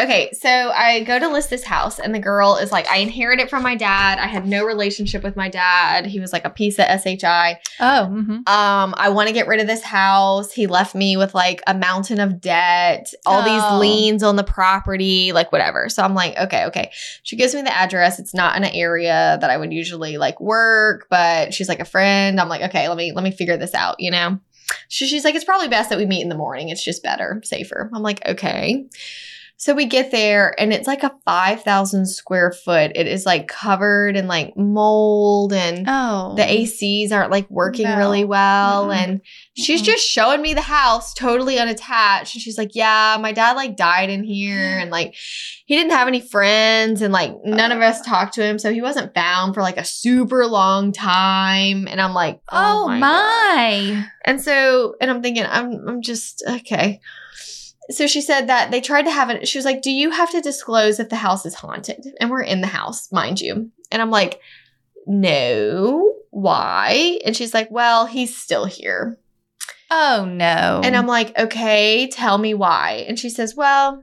Okay, so I go to list this house, and the girl is like, I inherited it from my dad. I had no relationship with my dad. He was like a piece of SHI. Oh, mm-hmm. Um, I want to get rid of this house. He left me with like a mountain of debt, all Oh. these liens on the property, like whatever. So I'm like, okay, okay. She gives me the address. It's not in an area that I would usually like work, but she's like a friend. I'm like, okay, let me let me figure this out, you know? So she's like, it's probably best that we meet in the morning. It's just better, safer. I'm like, okay. So we get there and it's like a 5,000 square foot. It is like covered in like mold and Oh. the ACs aren't like working No. really well. Mm-mm. And she's Mm-mm. just showing me the house totally unattached. And she's like, Yeah, my dad like died in here. And like, he didn't have any friends. And like, none of us talked to him. So he wasn't found for like a super long time. And I'm like, Oh, God." my. And so, and I'm thinking, I'm, I'm just okay. So she said that they tried to have it. She was like, "Do you have to disclose if the house is haunted?" And we're in the house, mind you. And I'm like, "No, why?" And she's like, "Well, he's still here." Oh, no. And I'm like, "Okay, tell me why." And she says, "Well."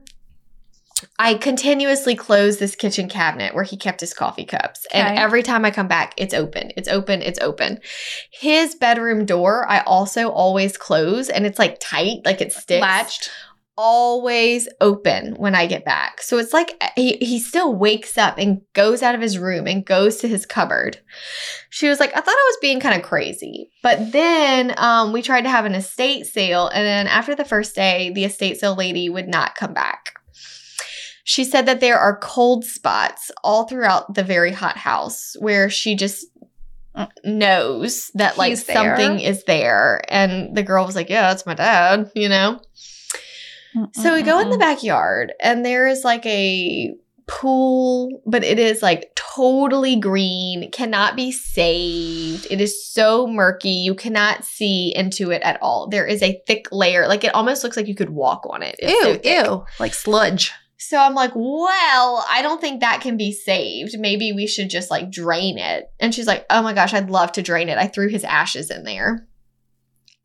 I continuously close this kitchen cabinet where he kept his coffee cups. And Okay. every time I come back, it's open. It's open. It's open. His bedroom door, I also always close and it's like tight, like it sticks. latched. Always open when I get back. So it's like eh, he, he still wakes up and goes out of his room and goes to his cupboard. She was like, I thought I was being kind of crazy. But then um, we tried to have an estate sale. And then after the first day, the estate sale lady would not come back. She said that there are cold spots all throughout the very hot house where she just knows that like He's there. something is there. And the girl was like, Yeah, that's my dad, you know? So we go in the Mm-hmm. backyard and there is like a pool, but it is like totally green, cannot be saved. It is so murky. You cannot see into it at all. There is a thick layer. Like it almost looks like you could walk on it. It's so Ew, thick. ew. Like sludge. So I'm like, well, I don't think that can be saved. Maybe we should just like drain it. And she's like, oh my gosh, I'd love to drain it. I threw his ashes in there.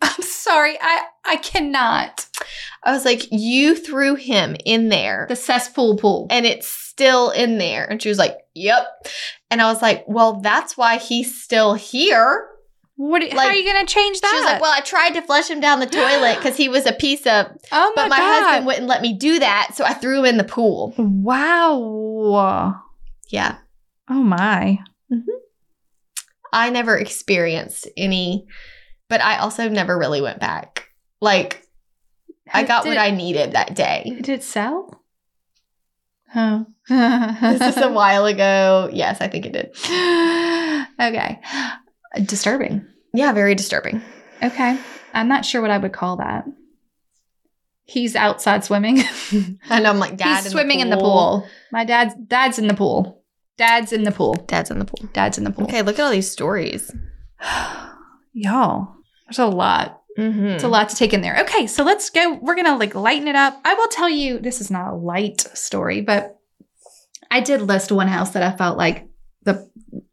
I'm sorry. I, I cannot. I was like, you threw him in there. The cesspool pool. and it's still in there. And she was like, Yep. And I was like, Well, that's why he's still here. What? how Like- are you going to change that? She was like, Well, I tried to flush him down the toilet because he was a piece of, oh but my husband wouldn't let me do that. So I threw him in the pool. husband. Wow. Yeah. Oh my. I never experienced any, but I also never really went back. Like, I got Did what it- I needed that day. Did it sell? Oh. This is a while ago. Yes, I think it did. okay. Disturbing. Yeah, very disturbing. Okay. I'm not sure what I would call that. He's outside swimming. And I'm like, dad, He's swimming in the pool. My dad's dad's in the pool. Dad's in the pool. Dad's in the pool. Dad's in the pool. Okay, look at all these stories. Y'all, there's a lot. Mm-hmm. It's a lot to take in there. Okay, so let's go. We're gonna like lighten it up. I will tell you, this is not a light story, but I did list one house that I felt like the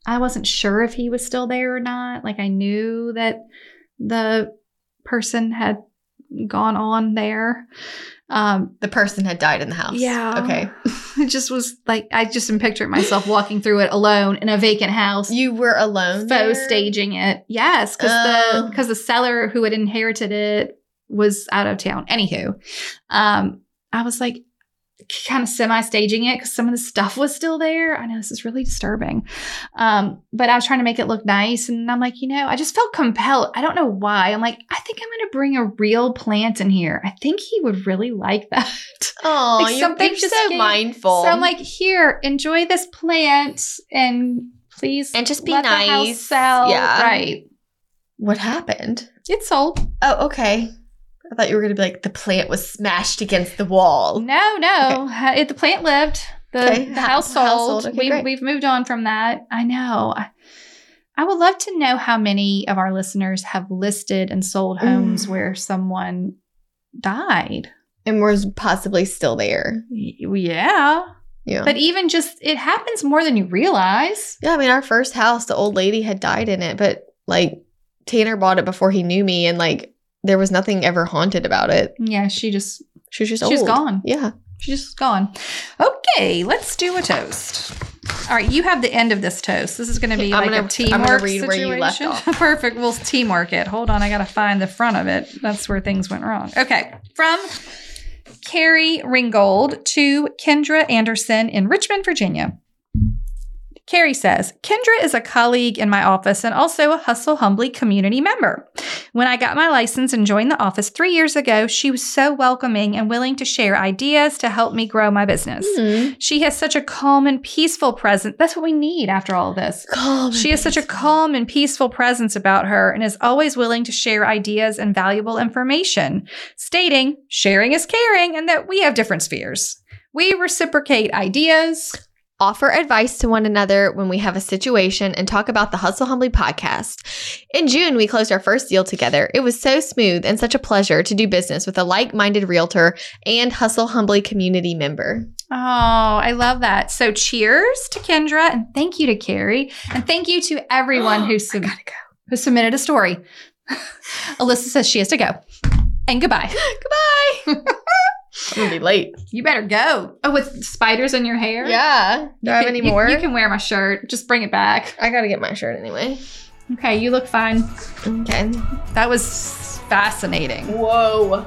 I wasn't sure if he was still there or not. Like I knew that the person had gone on there. Um, the person had died in the house. Yeah. Okay. it just was like I just am picturing myself walking through it alone in a vacant house. You were alone. faux there? staging it. Yes, because the Oh. because the seller who had inherited it was out of town. Anywho, um, I was like kind of semi staging it because some of the stuff was still there. I know this is really disturbing, um, but I was trying to make it look nice, and I'm like, you know, I just felt compelled. I don't know why. I'm like, I think I'm going to bring a real plant in here. I think he would really like that. Oh, Like, you're, something you're just so came- mindful. So I'm like, here, enjoy this plant and please And just be let The house nice. sell. Yeah. Right. what happened? It sold. Oh, okay. I thought you were going to be like, the plant was smashed against the wall. No, no. Uh, It, the plant lived. The, Okay. the Ha- house sold. household. Okay, we, great. We've moved on from that. I know. I, I would love to know how many of our listeners have listed and sold homes Mm. where someone died. And was possibly still there. Y- Yeah. Yeah. But even just, it happens more than you realize. yeah, I mean, our first house, the old lady had died in it, but like Tanner bought it before he knew me and like there was nothing ever haunted about it. Yeah, she just She was just She was old. gone. Yeah. She's just gone. Okay, let's do a toast. All right, you have the end of this toast. This is going to be Yeah, like I'm gonna- a I'm teamwork gonna read where situation. you left off. Perfect. We'll teamwork it. Hold on, I got to find the front of it. That's where things went wrong. Okay, from Carrie Ringgold to Kendra Anderson in Richmond, Virginia. Carrie says, Kendra is a colleague in my office and also a Hustle Humbly community member. When I got my license and joined the office three years ago, she was so welcoming and willing to share ideas to help me grow my business. Mm. She has such a calm and peaceful presence. That's what we need after all of this. Calm She and has such a peaceful. calm and peaceful presence about her and is always willing to share ideas and valuable information, stating, sharing is caring and that we have different spheres. We reciprocate ideas. offer advice to one another when we have a situation and talk about the Hustle Humbly podcast. In June, we closed our first deal together. It was so smooth and such a pleasure to do business with a like minded realtor and Hustle Humbly community member. Oh, I love that. So cheers to Kendra and thank you to Carrie. And thank you to everyone who, sub- who submitted a story. Alyssa says she has to go. And goodbye. goodbye. I'm gonna be late. you better go. Oh, with spiders in your hair? Yeah. Do I You have can- any you- more? You, can wear my shirt. Just bring it back. I gotta get my shirt anyway. Okay, you look fine. Okay. That was fascinating. Whoa.